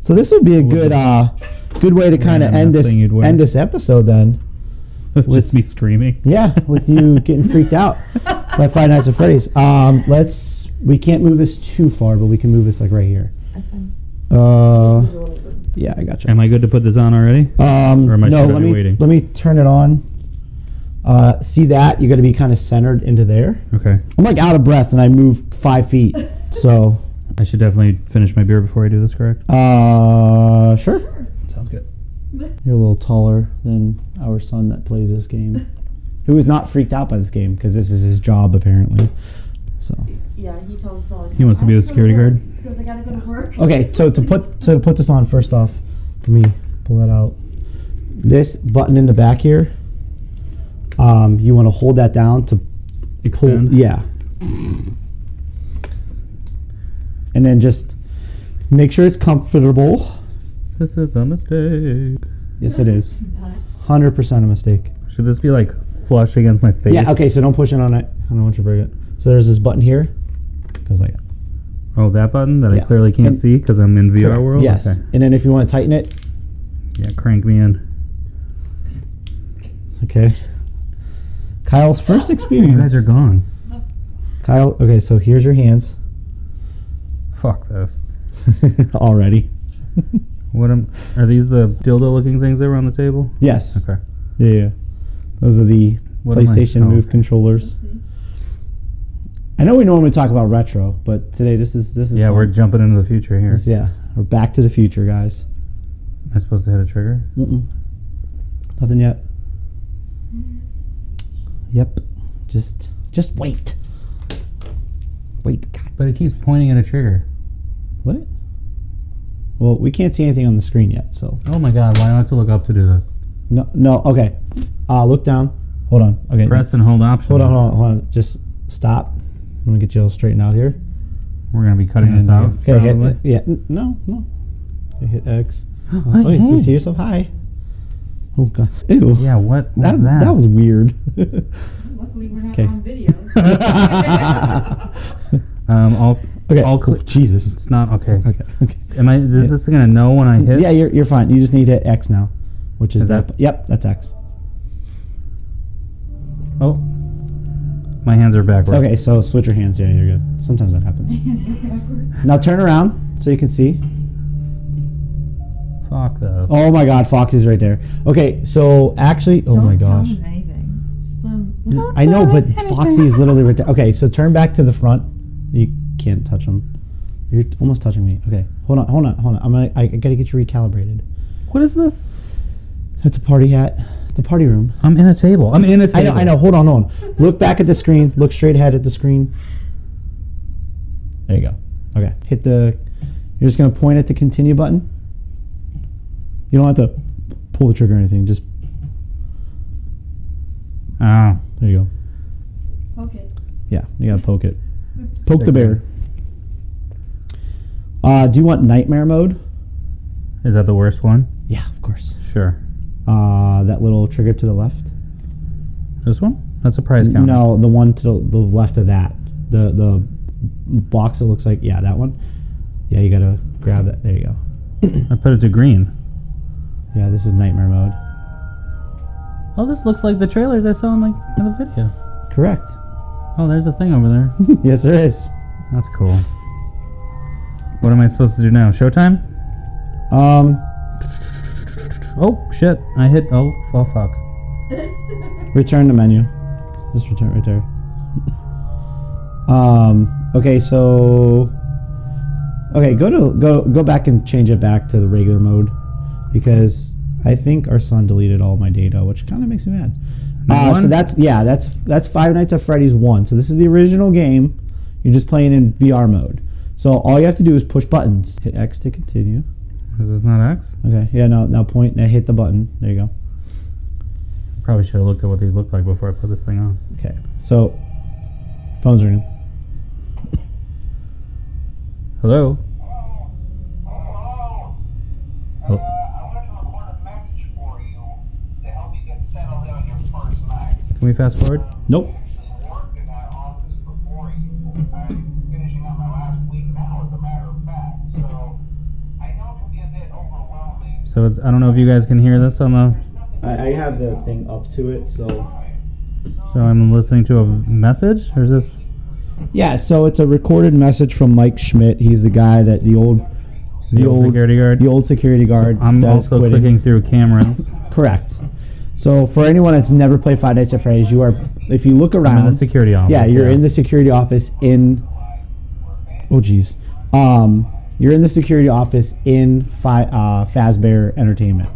[SPEAKER 4] So this would be a good uh, good way to kind of
[SPEAKER 3] Random
[SPEAKER 4] end this
[SPEAKER 3] thing you'd wear.
[SPEAKER 4] end this episode then.
[SPEAKER 3] just me screaming.
[SPEAKER 4] Yeah,
[SPEAKER 3] *laughs*
[SPEAKER 4] with you getting freaked out by Five Nights at Freddy's. Um, let's we can't move this too far, but we can move this like right here.
[SPEAKER 5] That's fine.
[SPEAKER 4] Uh, yeah, I got you.
[SPEAKER 3] Am I good to put this on already?
[SPEAKER 4] Um,
[SPEAKER 3] Or am I
[SPEAKER 4] no,
[SPEAKER 3] should I
[SPEAKER 4] let
[SPEAKER 3] be
[SPEAKER 4] me
[SPEAKER 3] waiting?
[SPEAKER 4] let me turn it on. Uh, see that you're gonna be kind of centered into there.
[SPEAKER 3] Okay.
[SPEAKER 4] I'm like out of breath and I moved five feet. So,
[SPEAKER 3] I should definitely finish my beer before I do this. Correct.
[SPEAKER 4] uh, sure.
[SPEAKER 3] Sounds good.
[SPEAKER 4] You're a little taller than our son that plays this game, who is not freaked out by this game because this is his job apparently. So
[SPEAKER 5] Yeah, he tells us all.
[SPEAKER 3] He wants to be a security guard.
[SPEAKER 5] He goes, I gotta go to work.
[SPEAKER 4] okay, so to put to put this on first off, let me pull that out. This button in the back here, um, you want to hold that down to pull.
[SPEAKER 3] Extend.
[SPEAKER 4] Yeah, and then just make sure it's comfortable.
[SPEAKER 3] This is a mistake.
[SPEAKER 4] Yes, it is. Hundred percent a mistake.
[SPEAKER 3] Should this be like flush against my face?
[SPEAKER 4] Yeah, okay, so don't push it on it. I don't want you to break it. So there's this button here. Goes like that.
[SPEAKER 3] Oh, that button that
[SPEAKER 4] Yeah.
[SPEAKER 3] I clearly can't
[SPEAKER 4] And-
[SPEAKER 3] see because I'm in VR world.
[SPEAKER 4] Yes.
[SPEAKER 3] Okay.
[SPEAKER 4] And then if you want to tighten it,
[SPEAKER 3] Yeah, crank me in.
[SPEAKER 4] okay. Kyle's first
[SPEAKER 3] You guys
[SPEAKER 4] experience.
[SPEAKER 3] are gone.
[SPEAKER 4] Kyle, okay, so here's
[SPEAKER 3] *laughs*
[SPEAKER 4] your hands
[SPEAKER 3] Fuck this.
[SPEAKER 4] already.
[SPEAKER 3] What am? Are these the dildo-looking things that were on the table?
[SPEAKER 4] Yes.
[SPEAKER 3] Okay.
[SPEAKER 4] Yeah, yeah. Those are the
[SPEAKER 3] What am I-
[SPEAKER 4] PlayStation
[SPEAKER 3] oh,
[SPEAKER 4] Move
[SPEAKER 3] okay.
[SPEAKER 4] controllers. I know we normally talk about retro, but today this is this is
[SPEAKER 3] Yeah,
[SPEAKER 4] fun.
[SPEAKER 3] we're jumping into the future here.
[SPEAKER 4] This- yeah, we're back to the future, guys.
[SPEAKER 3] Am I supposed to hit a trigger?
[SPEAKER 4] Mm-mm. Nothing yet. Yep. Just just wait. Wait, God.
[SPEAKER 3] But it keeps pointing at a trigger.
[SPEAKER 4] What? Well, we can't see anything on the screen yet, so
[SPEAKER 3] Oh my god! Why do I have to look up to do this?
[SPEAKER 4] no no, okay. Uh look down. Hold on. Okay.
[SPEAKER 3] Press and hold options.
[SPEAKER 4] Hold on, hold on, hold on. Just stop. Let me get you all straightened out here.
[SPEAKER 3] We're gonna be cutting this
[SPEAKER 4] And, uh,
[SPEAKER 3] out.
[SPEAKER 4] okay, hit,
[SPEAKER 3] probably. *gasps*
[SPEAKER 4] yeah. n- No, no. Okay, hit X.
[SPEAKER 3] Oh,
[SPEAKER 4] Oh, you can
[SPEAKER 3] hey.
[SPEAKER 4] see yourself. Hi. Oh god. Ew.
[SPEAKER 3] Yeah. What was
[SPEAKER 4] That,
[SPEAKER 3] that?
[SPEAKER 4] that was weird. *laughs*
[SPEAKER 5] Luckily, we're not
[SPEAKER 4] Okay.
[SPEAKER 3] *laughs*
[SPEAKER 5] on video.
[SPEAKER 3] Um. All.
[SPEAKER 4] okay.
[SPEAKER 3] All cl-
[SPEAKER 4] Jesus.
[SPEAKER 3] It's not okay.
[SPEAKER 4] Okay. Okay.
[SPEAKER 3] Am I? Is this gonna know when I hit?
[SPEAKER 4] Yeah, you're, you're fine. You just need to hit X now, which is,
[SPEAKER 3] Is
[SPEAKER 4] that.
[SPEAKER 3] that-
[SPEAKER 4] Yep, that's X.
[SPEAKER 3] Oh. My hands are backwards.
[SPEAKER 4] Okay, so switch your hands. Yeah, you're good. Sometimes that happens. now turn around so you can see.
[SPEAKER 3] Fuck though.
[SPEAKER 4] Oh my God, Fox is right there. Okay, so actually, oh
[SPEAKER 5] Don't
[SPEAKER 4] my
[SPEAKER 5] tell
[SPEAKER 4] gosh,
[SPEAKER 5] him anything. Just let him. let him-
[SPEAKER 4] I know, but Foxy is literally right there. Okay, so turn back to the front. You can't touch him. You're almost touching me. Okay, hold on, hold on, hold on. I'm gonna. I, I gotta get you recalibrated.
[SPEAKER 3] What is this?
[SPEAKER 4] That's a party hat. It's a party room.
[SPEAKER 3] I'm in a table. I'm in a table.
[SPEAKER 4] I know, I know. Hold on, hold on. Look back at the screen. Look straight ahead at the screen. There you go. Okay. Hit the. You're just gonna point at the continue button. You don't have to pull the trigger or anything. Just
[SPEAKER 3] Oh.
[SPEAKER 4] there you go.
[SPEAKER 5] Okay.
[SPEAKER 4] Yeah, you gotta poke it. Poke the
[SPEAKER 3] Stick
[SPEAKER 4] bear. Uh, do you want nightmare mode?
[SPEAKER 3] Is that the worst one?
[SPEAKER 4] Yeah, of course.
[SPEAKER 3] Sure.
[SPEAKER 4] Uh, that little trigger to the left.
[SPEAKER 3] This one? That's a prize count.
[SPEAKER 4] No, the one to the, the left of that. The the box that looks like yeah, that one. Yeah, you gotta grab that. There you go.
[SPEAKER 3] I put it to green.
[SPEAKER 4] Yeah, this is nightmare mode.
[SPEAKER 3] Oh, this looks like the trailers I saw in like in the video.
[SPEAKER 4] Correct. *laughs*
[SPEAKER 3] Oh, there's a thing over there.
[SPEAKER 4] yes, there is.
[SPEAKER 3] That's cool. What am I supposed to do now? Showtime?
[SPEAKER 4] Um,
[SPEAKER 3] Oh shit! I hit. Oh, oh fuck.
[SPEAKER 4] return to menu. Just return right there. Um. Okay, so. Okay, go to go go back and change it back to the regular mode, because I think our son deleted all my data, which kind of makes me mad. Uh, so
[SPEAKER 3] One?
[SPEAKER 4] that's yeah, that's that's Five Nights at Freddy's one. So this is the original game. You're just playing in VR mode. So all you have to do is push buttons. Hit X to continue.
[SPEAKER 3] Is this not X?
[SPEAKER 4] Okay. Yeah. Now now point. Now hit the button. There you go.
[SPEAKER 3] Probably should have looked at what these looked like before I put this thing on.
[SPEAKER 4] Okay. So phones ringing.
[SPEAKER 3] Hello. Oh,
[SPEAKER 2] Uh, I wanted to record a message for you to help you get settled in on your first night.
[SPEAKER 3] Can we fast forward?
[SPEAKER 4] Nope.
[SPEAKER 2] actually worked in that office before you. I'm finishing up my last week now, as a matter of fact. So I know it can be a bit overwhelming.
[SPEAKER 3] So it's. I don't know if you guys can hear this on the.
[SPEAKER 4] I, I have the thing up to it, so
[SPEAKER 3] So I'm listening to a message, or is this?
[SPEAKER 4] yeah. So it's a recorded message from Mike Schmidt. He's the guy that the old, the,
[SPEAKER 3] old security guard?
[SPEAKER 4] the old security guard.
[SPEAKER 3] I'm
[SPEAKER 4] that is
[SPEAKER 3] also
[SPEAKER 4] quitting.
[SPEAKER 3] clicking through
[SPEAKER 4] *laughs*
[SPEAKER 3] cameras.
[SPEAKER 4] Correct. So for anyone that's never played Five Nights at Freddy's, you are if you look around
[SPEAKER 3] I'm in the security office.
[SPEAKER 4] Yeah, you're in the security office in. Oh geez, um, you're in the security office in Fi- uh, Fazbear Entertainment,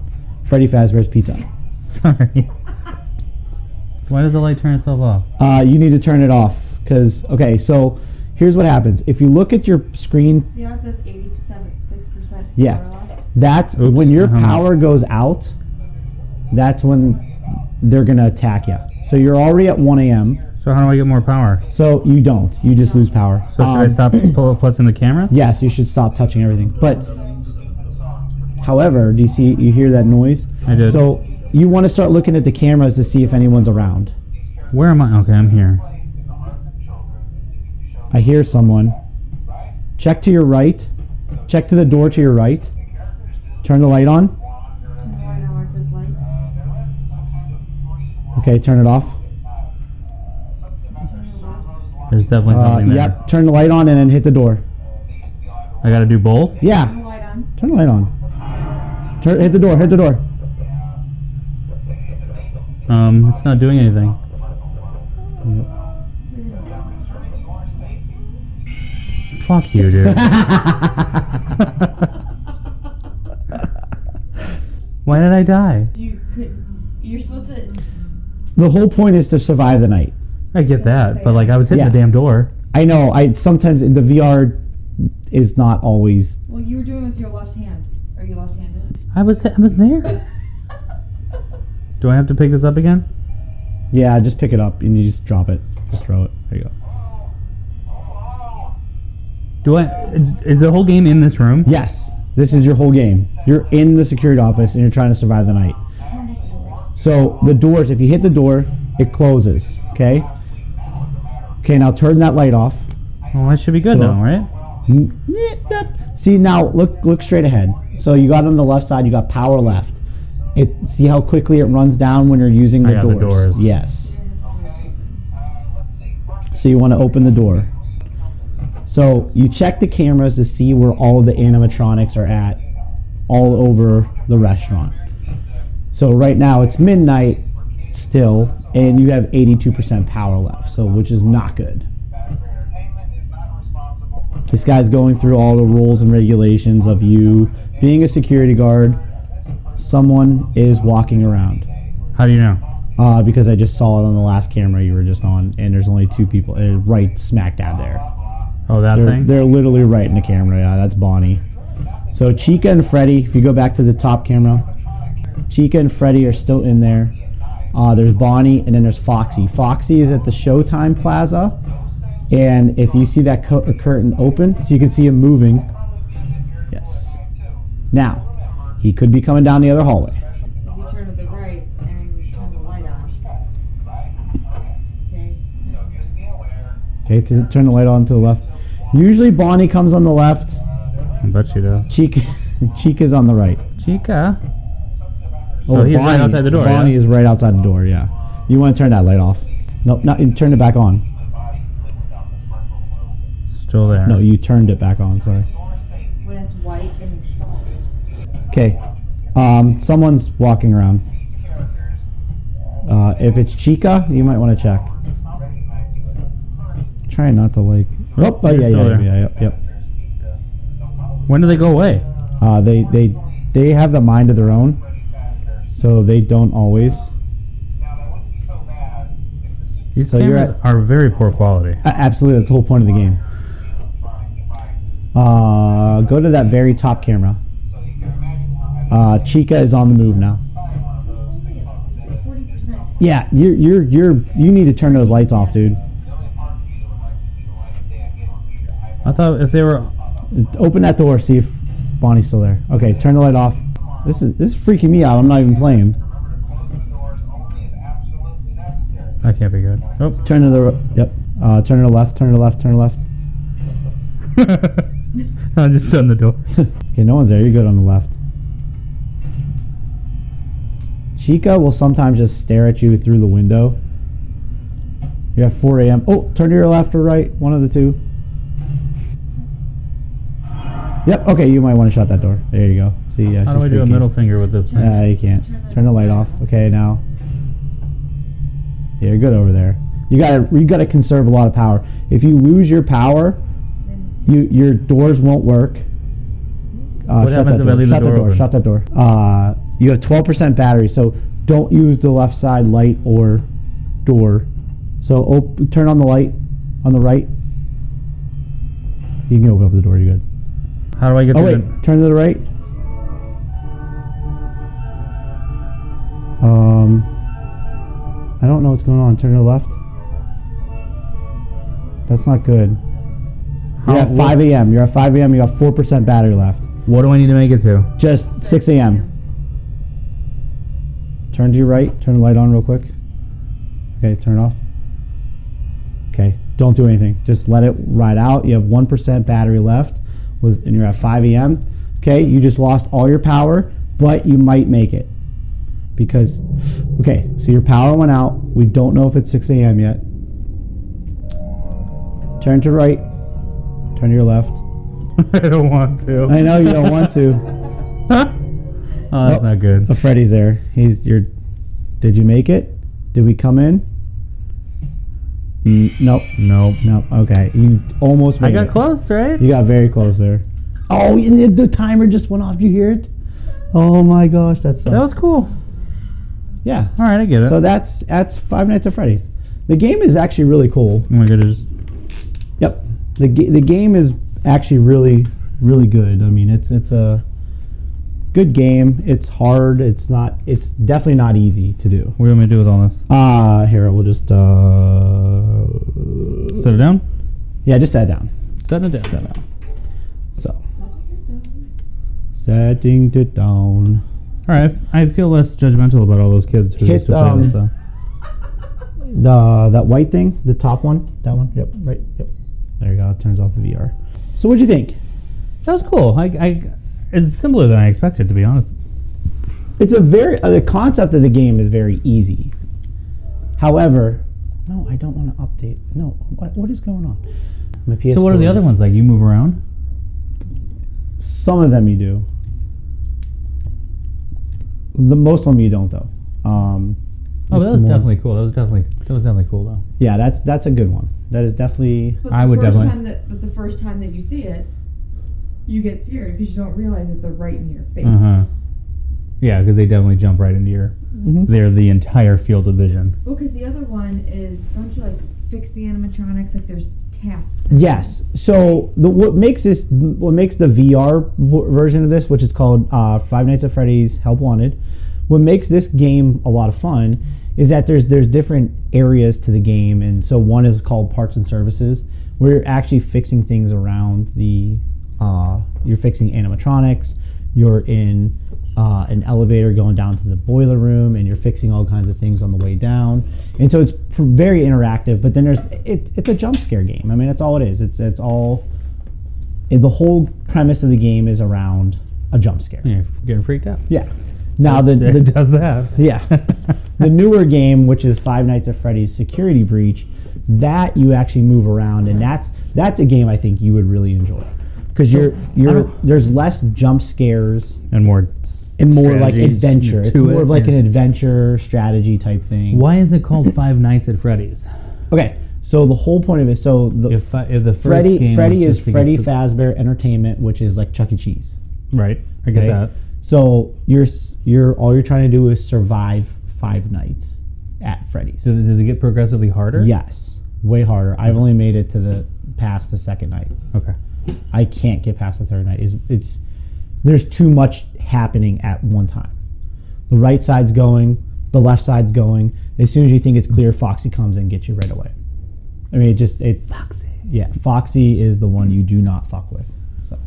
[SPEAKER 4] Freddy Fazbear's Pizza.
[SPEAKER 3] Sorry. Why does the light turn itself off?
[SPEAKER 4] Uh, you need to turn it off because okay, so here's what happens. If you look at your screen,
[SPEAKER 5] See how it says 86%?
[SPEAKER 4] Yeah. power that's
[SPEAKER 3] Oops,
[SPEAKER 4] when your
[SPEAKER 3] uh-huh.
[SPEAKER 4] power goes out. That's when they're gonna attack you. So you're already at 1 a.m.
[SPEAKER 3] So how do I get more power?
[SPEAKER 4] So you don't. You just lose power.
[SPEAKER 3] So should I
[SPEAKER 4] Um, *clears throat*
[SPEAKER 3] stop pull, plus in the cameras?
[SPEAKER 4] *coughs* Yes, you should stop touching everything. But however, do you see you hear that noise?
[SPEAKER 3] I did.
[SPEAKER 4] So you want to start looking at the cameras to see if anyone's around.
[SPEAKER 3] Where am I? Okay, I'm here.
[SPEAKER 4] I hear someone. Check to your right. Check to the door to your right. Turn the light on. Okay, turn it off.
[SPEAKER 3] There's definitely
[SPEAKER 4] Uh,
[SPEAKER 3] something there.
[SPEAKER 4] yep, turn the light on and then hit the door.
[SPEAKER 3] I gotta do both.
[SPEAKER 4] Yeah, turn the light on. Turn, hit the door, hit the door.
[SPEAKER 3] Um, it's not doing anything. Fuck you, dude. Why did I die?
[SPEAKER 5] You *laughs* could, you're supposed to.
[SPEAKER 4] *laughs* The whole point is to survive the night.
[SPEAKER 3] I get that, but like I was hitting the
[SPEAKER 4] Yeah.
[SPEAKER 3] damn door.
[SPEAKER 4] I know. I sometimes the VR is not always.
[SPEAKER 5] Well, you were doing it with your left hand. Are you left handed?
[SPEAKER 3] I was I was there. Do I have to pick this up again?
[SPEAKER 4] Yeah, just pick it up and you just drop it. Just throw it. There you go.
[SPEAKER 3] Do I? Is the whole game in this room?
[SPEAKER 4] Yes, this is your whole game. You're in the security office and you're trying to survive the night. So the doors, if you hit the door, it closes. Okay. Okay, now turn that light off.
[SPEAKER 3] Well, I should be good
[SPEAKER 4] Cool.
[SPEAKER 3] now, right?
[SPEAKER 4] See now, look look straight ahead. So you got on the left side. You got power left. It see how quickly it runs down when you're using the
[SPEAKER 3] I got
[SPEAKER 4] doors.
[SPEAKER 3] the doors.
[SPEAKER 4] Yes. So you want to open the door. So you check the cameras to see where all the animatronics are at, all over the restaurant. So right now it's midnight still, and you have 82% power left. So which is not good this guy's going through all the rules and regulations of you being a security guard, someone is walking around
[SPEAKER 3] How do you know?
[SPEAKER 4] uh, because I just saw it on the last camera you were just on, and there's only two people uh, right smack dab there.
[SPEAKER 3] Oh, that
[SPEAKER 4] They're,
[SPEAKER 3] thing.
[SPEAKER 4] they're literally right in the camera. Yeah, that's Bonnie. So Chica and Freddy, if you go back to the top camera, Chica and Freddy are still in there. Uh, there's Bonnie, and then there's Foxy. Foxy is at the Showtime Plaza, and if you see that cu- curtain open, so you can see him moving. Yes. Now, he could be coming down the other hallway.
[SPEAKER 5] You turn to the right and turn the light on. Okay.
[SPEAKER 4] Okay, to turn the light on to the left. Usually Bonnie comes on the left,
[SPEAKER 3] I bet she does.
[SPEAKER 4] Cheek *laughs* Chica's on the right.
[SPEAKER 3] Chica. So he's right outside the door,
[SPEAKER 4] Oh, Bonnie
[SPEAKER 3] yeah?
[SPEAKER 4] is right outside the door, yeah. You want to turn that light off. Nope, not you turn it back on.
[SPEAKER 3] Still there.
[SPEAKER 4] No, you turned it back on, sorry.
[SPEAKER 5] When it's white and it's solid.
[SPEAKER 4] Okay. Um, someone's walking around. Uh, if it's Chica, you might want to check. Try not to like. Oh, oh
[SPEAKER 3] You're
[SPEAKER 4] yeah,
[SPEAKER 3] still
[SPEAKER 4] yeah, yeah,
[SPEAKER 3] there.
[SPEAKER 4] yeah, yep, yep.
[SPEAKER 3] When do they go away?
[SPEAKER 4] Uh, they they they have the mind of their own, so they don't always.
[SPEAKER 3] These
[SPEAKER 4] So you're
[SPEAKER 3] cameras
[SPEAKER 4] at-
[SPEAKER 3] are very poor quality.
[SPEAKER 4] A- Absolutely, that's the whole point of the game. Uh, go to that very top camera. Uh, Chica is on the move now. Yeah, you're you're you're you need to turn those lights off, dude.
[SPEAKER 3] I thought if they were.
[SPEAKER 4] Open that door, see if Bonnie's still there. Okay, turn the light off. This is this is freaking me out. I'm not even playing.
[SPEAKER 3] That can't be good. Oh.
[SPEAKER 4] Turn to the yep. Uh, turn to the left. Turn to the left. Turn to the left. *laughs*
[SPEAKER 3] *laughs* I just shut the door.
[SPEAKER 4] Okay, no one's there. You're good on the left. Chica will sometimes just stare at you through the window. You have 4 a.m. Oh, turn to your left or right, one of the two. Yep. Okay, you might want to shut that door. There you go. See, yeah,
[SPEAKER 3] How do
[SPEAKER 4] she's
[SPEAKER 3] I do a
[SPEAKER 4] freaky.
[SPEAKER 3] middle finger with this thing?
[SPEAKER 4] Nah, you can't. Turn the light off. Okay, now. Yeah, you're good over there. You gotta you gotta conserve a lot of power. If you lose your power, you your doors won't work. Uh,
[SPEAKER 3] What
[SPEAKER 4] shut
[SPEAKER 3] happens
[SPEAKER 4] that
[SPEAKER 3] if I
[SPEAKER 4] door.
[SPEAKER 3] leave the
[SPEAKER 4] shut
[SPEAKER 3] door
[SPEAKER 4] that door.
[SPEAKER 3] open?
[SPEAKER 4] Shut that door. Uh, you have 12% battery, so don't use the left side light or door. So op- turn on the light on the right. You can open up the door. You're good.
[SPEAKER 3] How do I get
[SPEAKER 4] Oh
[SPEAKER 3] to
[SPEAKER 4] wait,
[SPEAKER 3] the.
[SPEAKER 4] turn to the right. Um, I don't know what's going on. Turn to the left. That's not good. You're
[SPEAKER 3] How-
[SPEAKER 4] at 5 a.m. You're at 5 a.m. You have 4% battery left.
[SPEAKER 3] What do I need to make it to? *laughs*
[SPEAKER 4] Just 6 a.m. Turn to your right. Turn the light on real quick. Okay, turn it off. Okay, don't do anything. Just let it ride out. You have 1% battery left, with, and you're at 5 a.m. Okay, you just lost all your power, but you might make it. Because, okay, so your power went out. We don't know if it's 6 a.m. yet. Turn to right. Turn to your left.
[SPEAKER 3] I don't want to.
[SPEAKER 4] I know you
[SPEAKER 3] *laughs*
[SPEAKER 4] don't want to.
[SPEAKER 3] Oh, that's not good.
[SPEAKER 4] Oh, Freddy's there. He's your. Did you make it? Did we come in? Mm, nope.
[SPEAKER 3] Nope.
[SPEAKER 4] Nope. Okay. You almost made
[SPEAKER 3] I got
[SPEAKER 4] it.
[SPEAKER 3] close, right?
[SPEAKER 4] You got very close there. Oh, and the- the timer just went off. Did you hear it? Oh my gosh, that's
[SPEAKER 3] That was cool.
[SPEAKER 4] yeah.
[SPEAKER 3] All right, I get it.
[SPEAKER 4] So that's that's Five Nights at Freddy's. The game is actually really cool.
[SPEAKER 3] oh my goodness.
[SPEAKER 4] Yep. The ga- the game is actually really really good. I mean, it's it's a good game. It's hard. It's not. It's definitely not easy to do.
[SPEAKER 3] What do you want me to do with all this?
[SPEAKER 4] Uh, here, we'll just, uh,
[SPEAKER 3] Set it down?
[SPEAKER 4] yeah, just set it down.
[SPEAKER 3] Set it down.
[SPEAKER 4] So, setting it down.
[SPEAKER 3] All right, I f- I feel less judgmental about all those kids who
[SPEAKER 4] Hit,
[SPEAKER 3] used to play
[SPEAKER 4] um,
[SPEAKER 3] this stuff.
[SPEAKER 4] The, that white thing, the top one, that one, yep, right, yep. There you go, it turns off the VR. So what'd you think?
[SPEAKER 3] That was cool. I, I, it's simpler than I expected, to be honest.
[SPEAKER 4] It's a very, uh, the concept of the game is very easy. However, no, I don't want to update, no, what, what is going on? My
[SPEAKER 3] So what are the
[SPEAKER 4] PS4
[SPEAKER 3] other ones like? You move around.
[SPEAKER 4] Some of them you do. The most of them you don't though. Um,
[SPEAKER 3] Oh,
[SPEAKER 4] it's
[SPEAKER 3] that was
[SPEAKER 4] more-
[SPEAKER 3] definitely cool. That was definitely that was definitely cool though.
[SPEAKER 4] Yeah, that's that's a good one. That is definitely
[SPEAKER 5] But
[SPEAKER 3] I
[SPEAKER 5] the
[SPEAKER 3] would
[SPEAKER 5] first
[SPEAKER 3] definitely-
[SPEAKER 5] Time that, but the first time that you see it, you get scared because you don't realize that they're right in your face.
[SPEAKER 3] Uh huh. Yeah, because they definitely jump right into your.
[SPEAKER 4] mm-hmm.
[SPEAKER 3] They're the entire field of vision.
[SPEAKER 5] Well, because the other one is, don't you like fix the animatronics? Like there's tasks. and
[SPEAKER 4] Yes.
[SPEAKER 5] *laughs* things.
[SPEAKER 4] So the, what makes this, what makes the VR v- version of this, which is called uh, Five Nights at Freddy's Help Wanted, what makes this game a lot of fun is that there's there's different areas to the game, and so one is called Parts and Services, where you're actually fixing things around the, uh, you're fixing animatronics, you're in uh, an elevator going down to the boiler room and you're fixing all kinds of things on the way down and so it's pr- very interactive but then there's it, it's a jump scare game i mean that's all it is it's it's all it- the whole premise of the game is around a jump scare
[SPEAKER 3] Yeah, getting freaked out.
[SPEAKER 4] yeah now
[SPEAKER 3] *laughs*
[SPEAKER 4] the,
[SPEAKER 3] It
[SPEAKER 4] the
[SPEAKER 3] does that. *laughs*
[SPEAKER 4] yeah the newer game which is five nights at freddy's security breach that you actually move around and that's that's a game i think you would really enjoy because you're you're there's less jump scares
[SPEAKER 3] And more. s-
[SPEAKER 4] and more like
[SPEAKER 3] strategies
[SPEAKER 4] adventure. It's
[SPEAKER 3] to
[SPEAKER 4] more
[SPEAKER 3] it,
[SPEAKER 4] of like an
[SPEAKER 3] yes.
[SPEAKER 4] adventure strategy type thing.
[SPEAKER 3] Why is it called Five Nights at Freddy's?
[SPEAKER 4] Okay, so the whole point of it, so the
[SPEAKER 3] If, I- if the first
[SPEAKER 4] Freddy
[SPEAKER 3] game
[SPEAKER 4] Freddy
[SPEAKER 3] was
[SPEAKER 4] is
[SPEAKER 3] just to get
[SPEAKER 4] Freddy
[SPEAKER 3] to-
[SPEAKER 4] Fazbear Entertainment, which is like Chuck E. Cheese.
[SPEAKER 3] Right, I get
[SPEAKER 4] okay?
[SPEAKER 3] that.
[SPEAKER 4] So you're s- you're all you're trying to do is survive five nights at Freddy's.
[SPEAKER 3] Does it, does it get progressively harder?
[SPEAKER 4] Yes, way harder. I've only made it to the past the second night.
[SPEAKER 3] Okay.
[SPEAKER 4] I can't get past the third night. It's, it's there's too much happening at one time. The right side's going, the left side's going. As soon as you think it's clear, Foxy comes and gets you right away. I mean, it just it. Foxy. Yeah, Foxy is the one you do not fuck with. So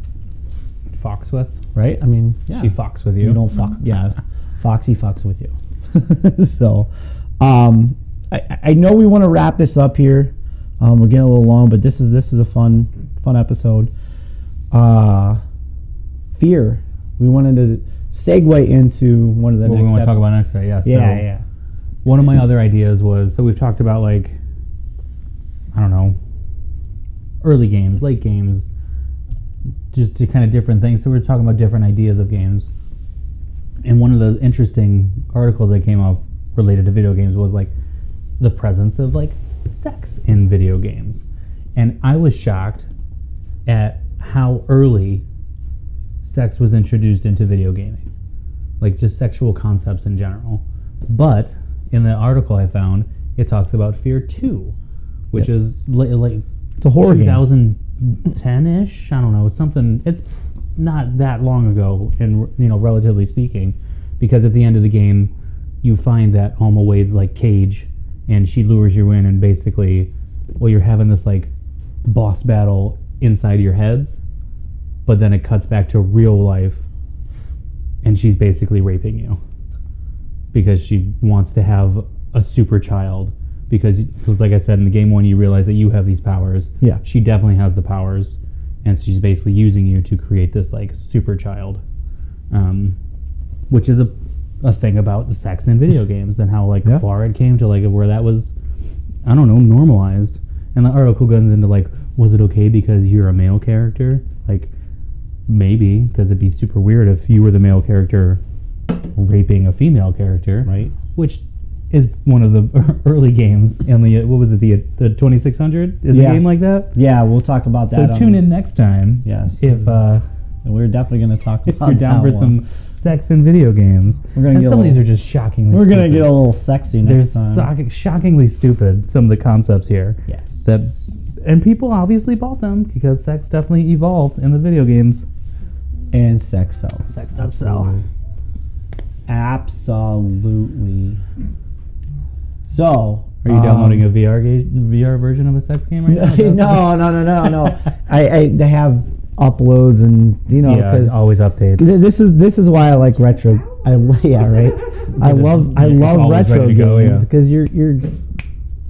[SPEAKER 3] Fox with.
[SPEAKER 4] right? I mean, yeah.
[SPEAKER 3] She fucks with you.
[SPEAKER 4] You don't fuck. Yeah, *laughs* Foxy fucks with you. *laughs* so, um, I, I know we want to wrap this up here. Um, we're getting a little long, but this is this is a fun fun episode. Uh, fear. We wanted to segue into one of the
[SPEAKER 3] What we
[SPEAKER 4] next.
[SPEAKER 3] want to
[SPEAKER 4] ep-
[SPEAKER 3] talk about next night. Yeah. So
[SPEAKER 4] Yeah, yeah.
[SPEAKER 3] One of my other ideas was so we've talked about like, I don't know, early games, late games, just to kind of different things. So we we're talking about different ideas of games. And one of the interesting articles that came off related to video games was like the presence of like sex in video games. And I was shocked at how early sex was introduced into video gaming, like just sexual concepts in general. But in the article I found, it talks about Fear 2, which
[SPEAKER 4] Yes.
[SPEAKER 3] is li- like
[SPEAKER 4] It's a horror game.
[SPEAKER 3] 2010 ish. I don't know something. It's not that long ago, and you know, relatively speaking, because at the end of the game, you find that Alma Wade's like cage, and she lures you in, and basically, well, you're having this like boss battle inside your heads, but then it cuts back to real life, and she's basically raping you because she wants to have a super child. Because, because like I said in the game one, you realize that you have these powers.
[SPEAKER 4] Yeah.
[SPEAKER 3] she definitely has the powers, and she's basically using you to create this like super child, um, which is a, a thing about sex in
[SPEAKER 4] *laughs*
[SPEAKER 3] video games and how like
[SPEAKER 4] Yeah.
[SPEAKER 3] far it came to like where that was, I don't know, normalized. And the article goes into like, was it okay because you're a male character? Like, maybe because it'd be super weird if you were the male character raping a female character,
[SPEAKER 4] Right.
[SPEAKER 3] Which is one of the *laughs* early games in the what was it the the 2600 is
[SPEAKER 4] Yeah.
[SPEAKER 3] a game like that.
[SPEAKER 4] Yeah, we'll talk about
[SPEAKER 3] So
[SPEAKER 4] that. um, on-
[SPEAKER 3] tune in next time.
[SPEAKER 4] Yes.
[SPEAKER 3] If uh, *laughs*
[SPEAKER 4] And we're definitely going to talk
[SPEAKER 3] if
[SPEAKER 4] about
[SPEAKER 3] you're down for
[SPEAKER 4] that one.
[SPEAKER 3] some sex and video games,
[SPEAKER 4] We're gonna
[SPEAKER 3] and
[SPEAKER 4] get a
[SPEAKER 3] some of these are
[SPEAKER 4] little-
[SPEAKER 3] just shockingly.
[SPEAKER 4] We're going to
[SPEAKER 3] stupid.
[SPEAKER 4] get a little sexy
[SPEAKER 3] They're
[SPEAKER 4] next time.
[SPEAKER 3] sock- shockingly stupid. Some of the concepts here.
[SPEAKER 4] Yes.
[SPEAKER 3] That and people obviously bought them because sex definitely evolved in the video games.
[SPEAKER 4] and sex sells.
[SPEAKER 3] Sex does sell.
[SPEAKER 4] Absolutely. So,
[SPEAKER 3] Are you
[SPEAKER 4] um,
[SPEAKER 3] downloading a VR ga- VR version of a *laughs* sex game
[SPEAKER 4] *laughs*
[SPEAKER 3] right now?
[SPEAKER 4] no, no, no, no, no. I, I they have uploads and you know
[SPEAKER 3] Yeah,
[SPEAKER 4] because
[SPEAKER 3] always updates.
[SPEAKER 4] this is this is why I like retro. I
[SPEAKER 3] *laughs*
[SPEAKER 4] yeah right.
[SPEAKER 3] Uh,
[SPEAKER 4] I love I
[SPEAKER 3] You're
[SPEAKER 4] love
[SPEAKER 3] always
[SPEAKER 4] retro
[SPEAKER 3] ready to go,
[SPEAKER 4] games
[SPEAKER 3] yeah.
[SPEAKER 4] because you're you're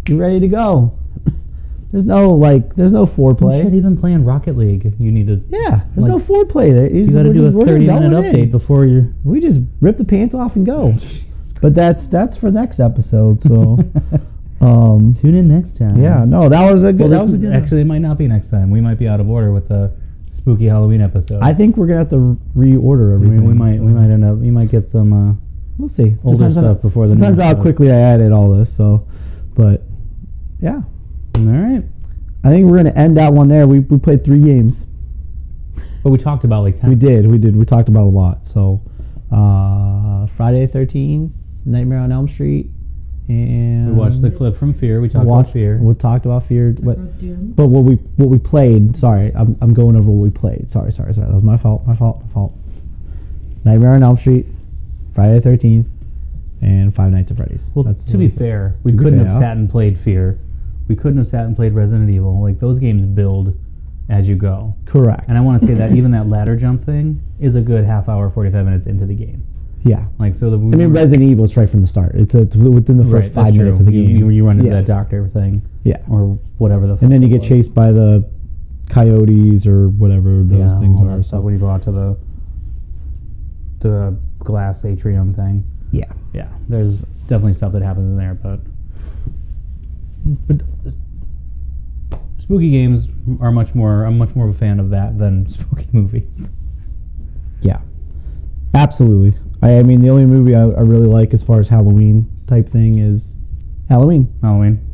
[SPEAKER 4] you're ready to go. *laughs* There's no like there's no foreplay.
[SPEAKER 3] Shit, even playing Rocket League, you need to.
[SPEAKER 4] yeah, there's no
[SPEAKER 3] Like,
[SPEAKER 4] foreplay. There.
[SPEAKER 3] You got to do a 30 minute update before you.
[SPEAKER 4] We just rip the pants off and go. But that's that's for next episode. *laughs* So,
[SPEAKER 3] *laughs*
[SPEAKER 4] um,
[SPEAKER 3] Tune in next time.
[SPEAKER 4] yeah, no, that was a
[SPEAKER 3] Well,
[SPEAKER 4] good. that
[SPEAKER 3] this-
[SPEAKER 4] was a good.
[SPEAKER 3] actually, it might not be next time. We might be out of order with the spooky Halloween episode.
[SPEAKER 4] I think we're gonna have to reorder
[SPEAKER 3] I
[SPEAKER 4] everything.
[SPEAKER 3] mean, we might we might end up you might get some uh,
[SPEAKER 4] We'll see.
[SPEAKER 3] older
[SPEAKER 4] Depends on-
[SPEAKER 3] stuff before the
[SPEAKER 4] depends
[SPEAKER 3] new
[SPEAKER 4] how
[SPEAKER 3] stuff.
[SPEAKER 4] quickly I added all this. So, but yeah,
[SPEAKER 3] All right,
[SPEAKER 4] I think we're gonna end that one there. We we played three games.
[SPEAKER 3] but we talked about like ten.
[SPEAKER 4] We did. We did. We talked about a lot. So, uh, Friday the 13th, Nightmare on Elm Street, and
[SPEAKER 3] We watched the clip from Fear. We talked
[SPEAKER 4] watch-
[SPEAKER 3] about Fear.
[SPEAKER 4] We talked about fear. What,
[SPEAKER 5] Wrote Doom.
[SPEAKER 4] but what we what we played. Sorry, I'm, I'm going over what we played. Sorry, sorry, sorry. That was my fault. My fault. My fault. Nightmare on Elm Street, Friday the 13th, and Five Nights at Freddy's.
[SPEAKER 3] Well,
[SPEAKER 4] That's
[SPEAKER 3] to be fair, we
[SPEAKER 4] to be
[SPEAKER 3] couldn't
[SPEAKER 4] fair,
[SPEAKER 3] have
[SPEAKER 4] yeah.
[SPEAKER 3] sat and played Fear. We couldn't have sat and played Resident Evil. Like those games build as you go.
[SPEAKER 4] correct.
[SPEAKER 3] And I want to say that even that ladder jump thing is a good half hour, forty five minutes into the game.
[SPEAKER 4] yeah.
[SPEAKER 3] Like so, the
[SPEAKER 4] I mean, Resident Evil is right from the start. It's, it's within the first five minutes of the
[SPEAKER 3] you,
[SPEAKER 4] game.
[SPEAKER 3] You, you run into
[SPEAKER 4] Yeah.
[SPEAKER 3] that doctor thing,
[SPEAKER 4] Yeah.
[SPEAKER 3] or whatever the.
[SPEAKER 4] And then you
[SPEAKER 3] fuck it
[SPEAKER 4] get
[SPEAKER 3] was.
[SPEAKER 4] chased by the coyotes or whatever
[SPEAKER 3] Yeah,
[SPEAKER 4] those things
[SPEAKER 3] all
[SPEAKER 4] are.
[SPEAKER 3] that stuff
[SPEAKER 4] So-
[SPEAKER 3] when you go out to the the glass atrium thing.
[SPEAKER 4] Yeah.
[SPEAKER 3] Yeah, there's definitely stuff that happens in there, but but spooky games are much more. I'm much more of a fan of that than *laughs* spooky movies.
[SPEAKER 4] Yeah, absolutely. I, I mean, the only movie I, I really like as far as Halloween type thing is Halloween.
[SPEAKER 3] Halloween,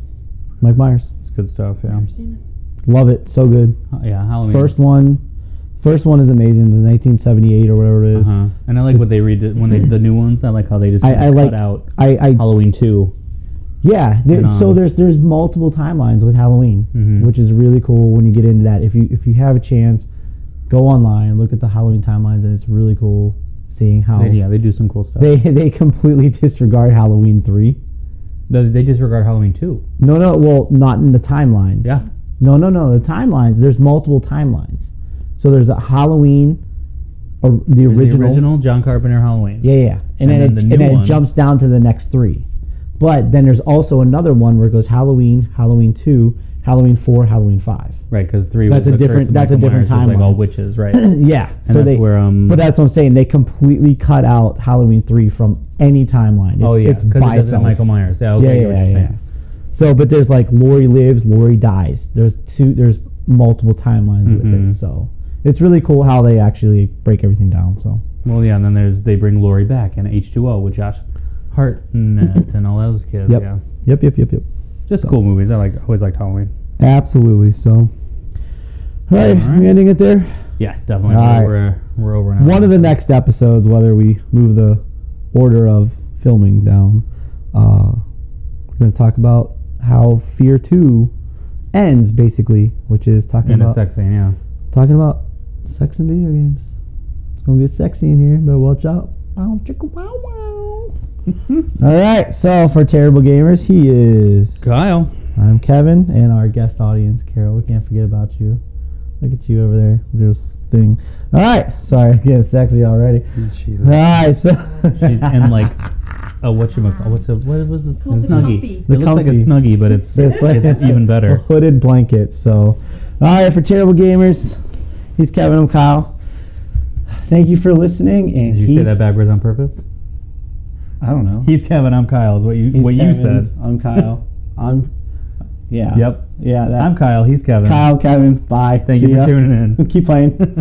[SPEAKER 4] Mike Myers,
[SPEAKER 3] it's good stuff. Yeah,
[SPEAKER 4] love it, so good.
[SPEAKER 3] Uh, yeah, Halloween.
[SPEAKER 4] First one, first one is amazing. The 1978 or whatever it is.
[SPEAKER 3] uh-huh. and I like what they redid when they the new ones. I like how they just
[SPEAKER 4] I-
[SPEAKER 3] kinda
[SPEAKER 4] I like-
[SPEAKER 3] cut out
[SPEAKER 4] I, I
[SPEAKER 3] Halloween two.
[SPEAKER 4] yeah. there-
[SPEAKER 3] And,
[SPEAKER 4] so
[SPEAKER 3] um,
[SPEAKER 4] there's there's multiple timelines with Halloween,
[SPEAKER 3] Mhm.
[SPEAKER 4] which is really cool when you get into that. If you if you have a chance, go online, look at the Halloween timelines, and it's really cool seeing how
[SPEAKER 3] They- yeah, they do some cool stuff.
[SPEAKER 4] Oh. they they completely *laughs* disregard Halloween three.
[SPEAKER 3] They, they disregard Halloween two.
[SPEAKER 4] No, no. Well, not in the timelines.
[SPEAKER 3] Yeah.
[SPEAKER 4] No, no, no. The timelines. There's multiple timelines. So there's a Halloween, or the
[SPEAKER 3] There's
[SPEAKER 4] original.
[SPEAKER 3] the original John Carpenter Halloween.
[SPEAKER 4] Yeah, yeah.
[SPEAKER 3] And
[SPEAKER 4] And,
[SPEAKER 3] then
[SPEAKER 4] then, it,
[SPEAKER 3] the
[SPEAKER 4] and
[SPEAKER 3] new
[SPEAKER 4] then it
[SPEAKER 3] ones.
[SPEAKER 4] jumps down to the next three. But then there's also another one where it goes Halloween, Halloween two, Halloween four, Halloween five. *clears throat*
[SPEAKER 3] Right, because three.
[SPEAKER 4] That's
[SPEAKER 3] was
[SPEAKER 4] a
[SPEAKER 3] the curse
[SPEAKER 4] different-
[SPEAKER 3] of
[SPEAKER 4] that's a
[SPEAKER 3] Michael
[SPEAKER 4] different
[SPEAKER 3] Myers was Like all
[SPEAKER 4] timeline.
[SPEAKER 3] witches, right? and
[SPEAKER 4] Yeah. so
[SPEAKER 3] that's
[SPEAKER 4] they.
[SPEAKER 3] where um.
[SPEAKER 4] but that's what I'm saying. They completely cut out Halloween three from any timeline. It's,
[SPEAKER 3] oh yeah,
[SPEAKER 4] it's
[SPEAKER 3] 'cause it
[SPEAKER 4] by
[SPEAKER 3] doesn't
[SPEAKER 4] itself.
[SPEAKER 3] Michael Myers. Yeah, okay, I get
[SPEAKER 4] yeah,
[SPEAKER 3] what
[SPEAKER 4] yeah,
[SPEAKER 3] you're
[SPEAKER 4] yeah, yeah.
[SPEAKER 3] saying.
[SPEAKER 4] So, but there's like Lori lives, Lori dies. There's two. There's multiple timelines with it.
[SPEAKER 3] Mhm.
[SPEAKER 4] So it's really cool how they actually break everything down. So
[SPEAKER 3] Well, yeah, and then there's they bring Lori back in H2O with Josh
[SPEAKER 4] *laughs*
[SPEAKER 3] Hartnett and all those kids.
[SPEAKER 4] yep,
[SPEAKER 3] Yeah,
[SPEAKER 4] yep, yep, yep, yep.
[SPEAKER 3] just cool movies. I like always liked Halloween.
[SPEAKER 4] Absolutely. So, all right,
[SPEAKER 3] Alright.
[SPEAKER 4] we ending it there.
[SPEAKER 3] Yes, definitely.
[SPEAKER 4] All right.
[SPEAKER 3] We're we're over now.
[SPEAKER 4] One of the next episodes, whether we move the order of filming down, uh, we're going to talk about how Fear Two ends, basically, which is talking
[SPEAKER 3] in a
[SPEAKER 4] about
[SPEAKER 3] sex scene. Yeah,
[SPEAKER 4] Talking about sex and video games. It's gonna get sexy in here. Better watch out. Wow, chicka wow
[SPEAKER 3] *laughs*
[SPEAKER 4] wow. All right. So for terrible gamers, he is.
[SPEAKER 3] Kyle.
[SPEAKER 4] I'm Kevin, and our guest audience, Carol. We can't forget about you. Look at you over there. with your s- thing. All right. Sorry, *laughs* I'm getting sexy already.
[SPEAKER 3] She's
[SPEAKER 4] All right. So
[SPEAKER 3] *laughs* she's in like a Oh, what you what's a what was the
[SPEAKER 5] called the
[SPEAKER 3] snuggie?
[SPEAKER 5] comfy.
[SPEAKER 3] it looks like a
[SPEAKER 4] comfy.
[SPEAKER 3] snuggie, but it's
[SPEAKER 4] *laughs* *laughs* it's like
[SPEAKER 3] it's even
[SPEAKER 4] a *laughs*
[SPEAKER 3] better.
[SPEAKER 4] hooded blanket. So, all right. For terrible gamers, he's Kevin. I'm Kyle. Thank you for listening. And
[SPEAKER 3] Did you
[SPEAKER 4] he,
[SPEAKER 3] say that backwards on purpose?
[SPEAKER 4] I don't know.
[SPEAKER 3] He's Kevin. I'm Kyle. Is what you
[SPEAKER 4] He's
[SPEAKER 3] what you
[SPEAKER 4] Kevin,
[SPEAKER 3] said?
[SPEAKER 4] I'm
[SPEAKER 3] *laughs*
[SPEAKER 4] Kyle. I'm. Yeah.
[SPEAKER 3] Yep.
[SPEAKER 4] Yeah. That,
[SPEAKER 3] I'm Kyle. He's Kevin.
[SPEAKER 4] Kyle. Kevin. Bye.
[SPEAKER 3] Thank you
[SPEAKER 4] See
[SPEAKER 3] for *laughs*
[SPEAKER 4] ya.
[SPEAKER 3] tuning in.
[SPEAKER 4] *laughs* Keep playing.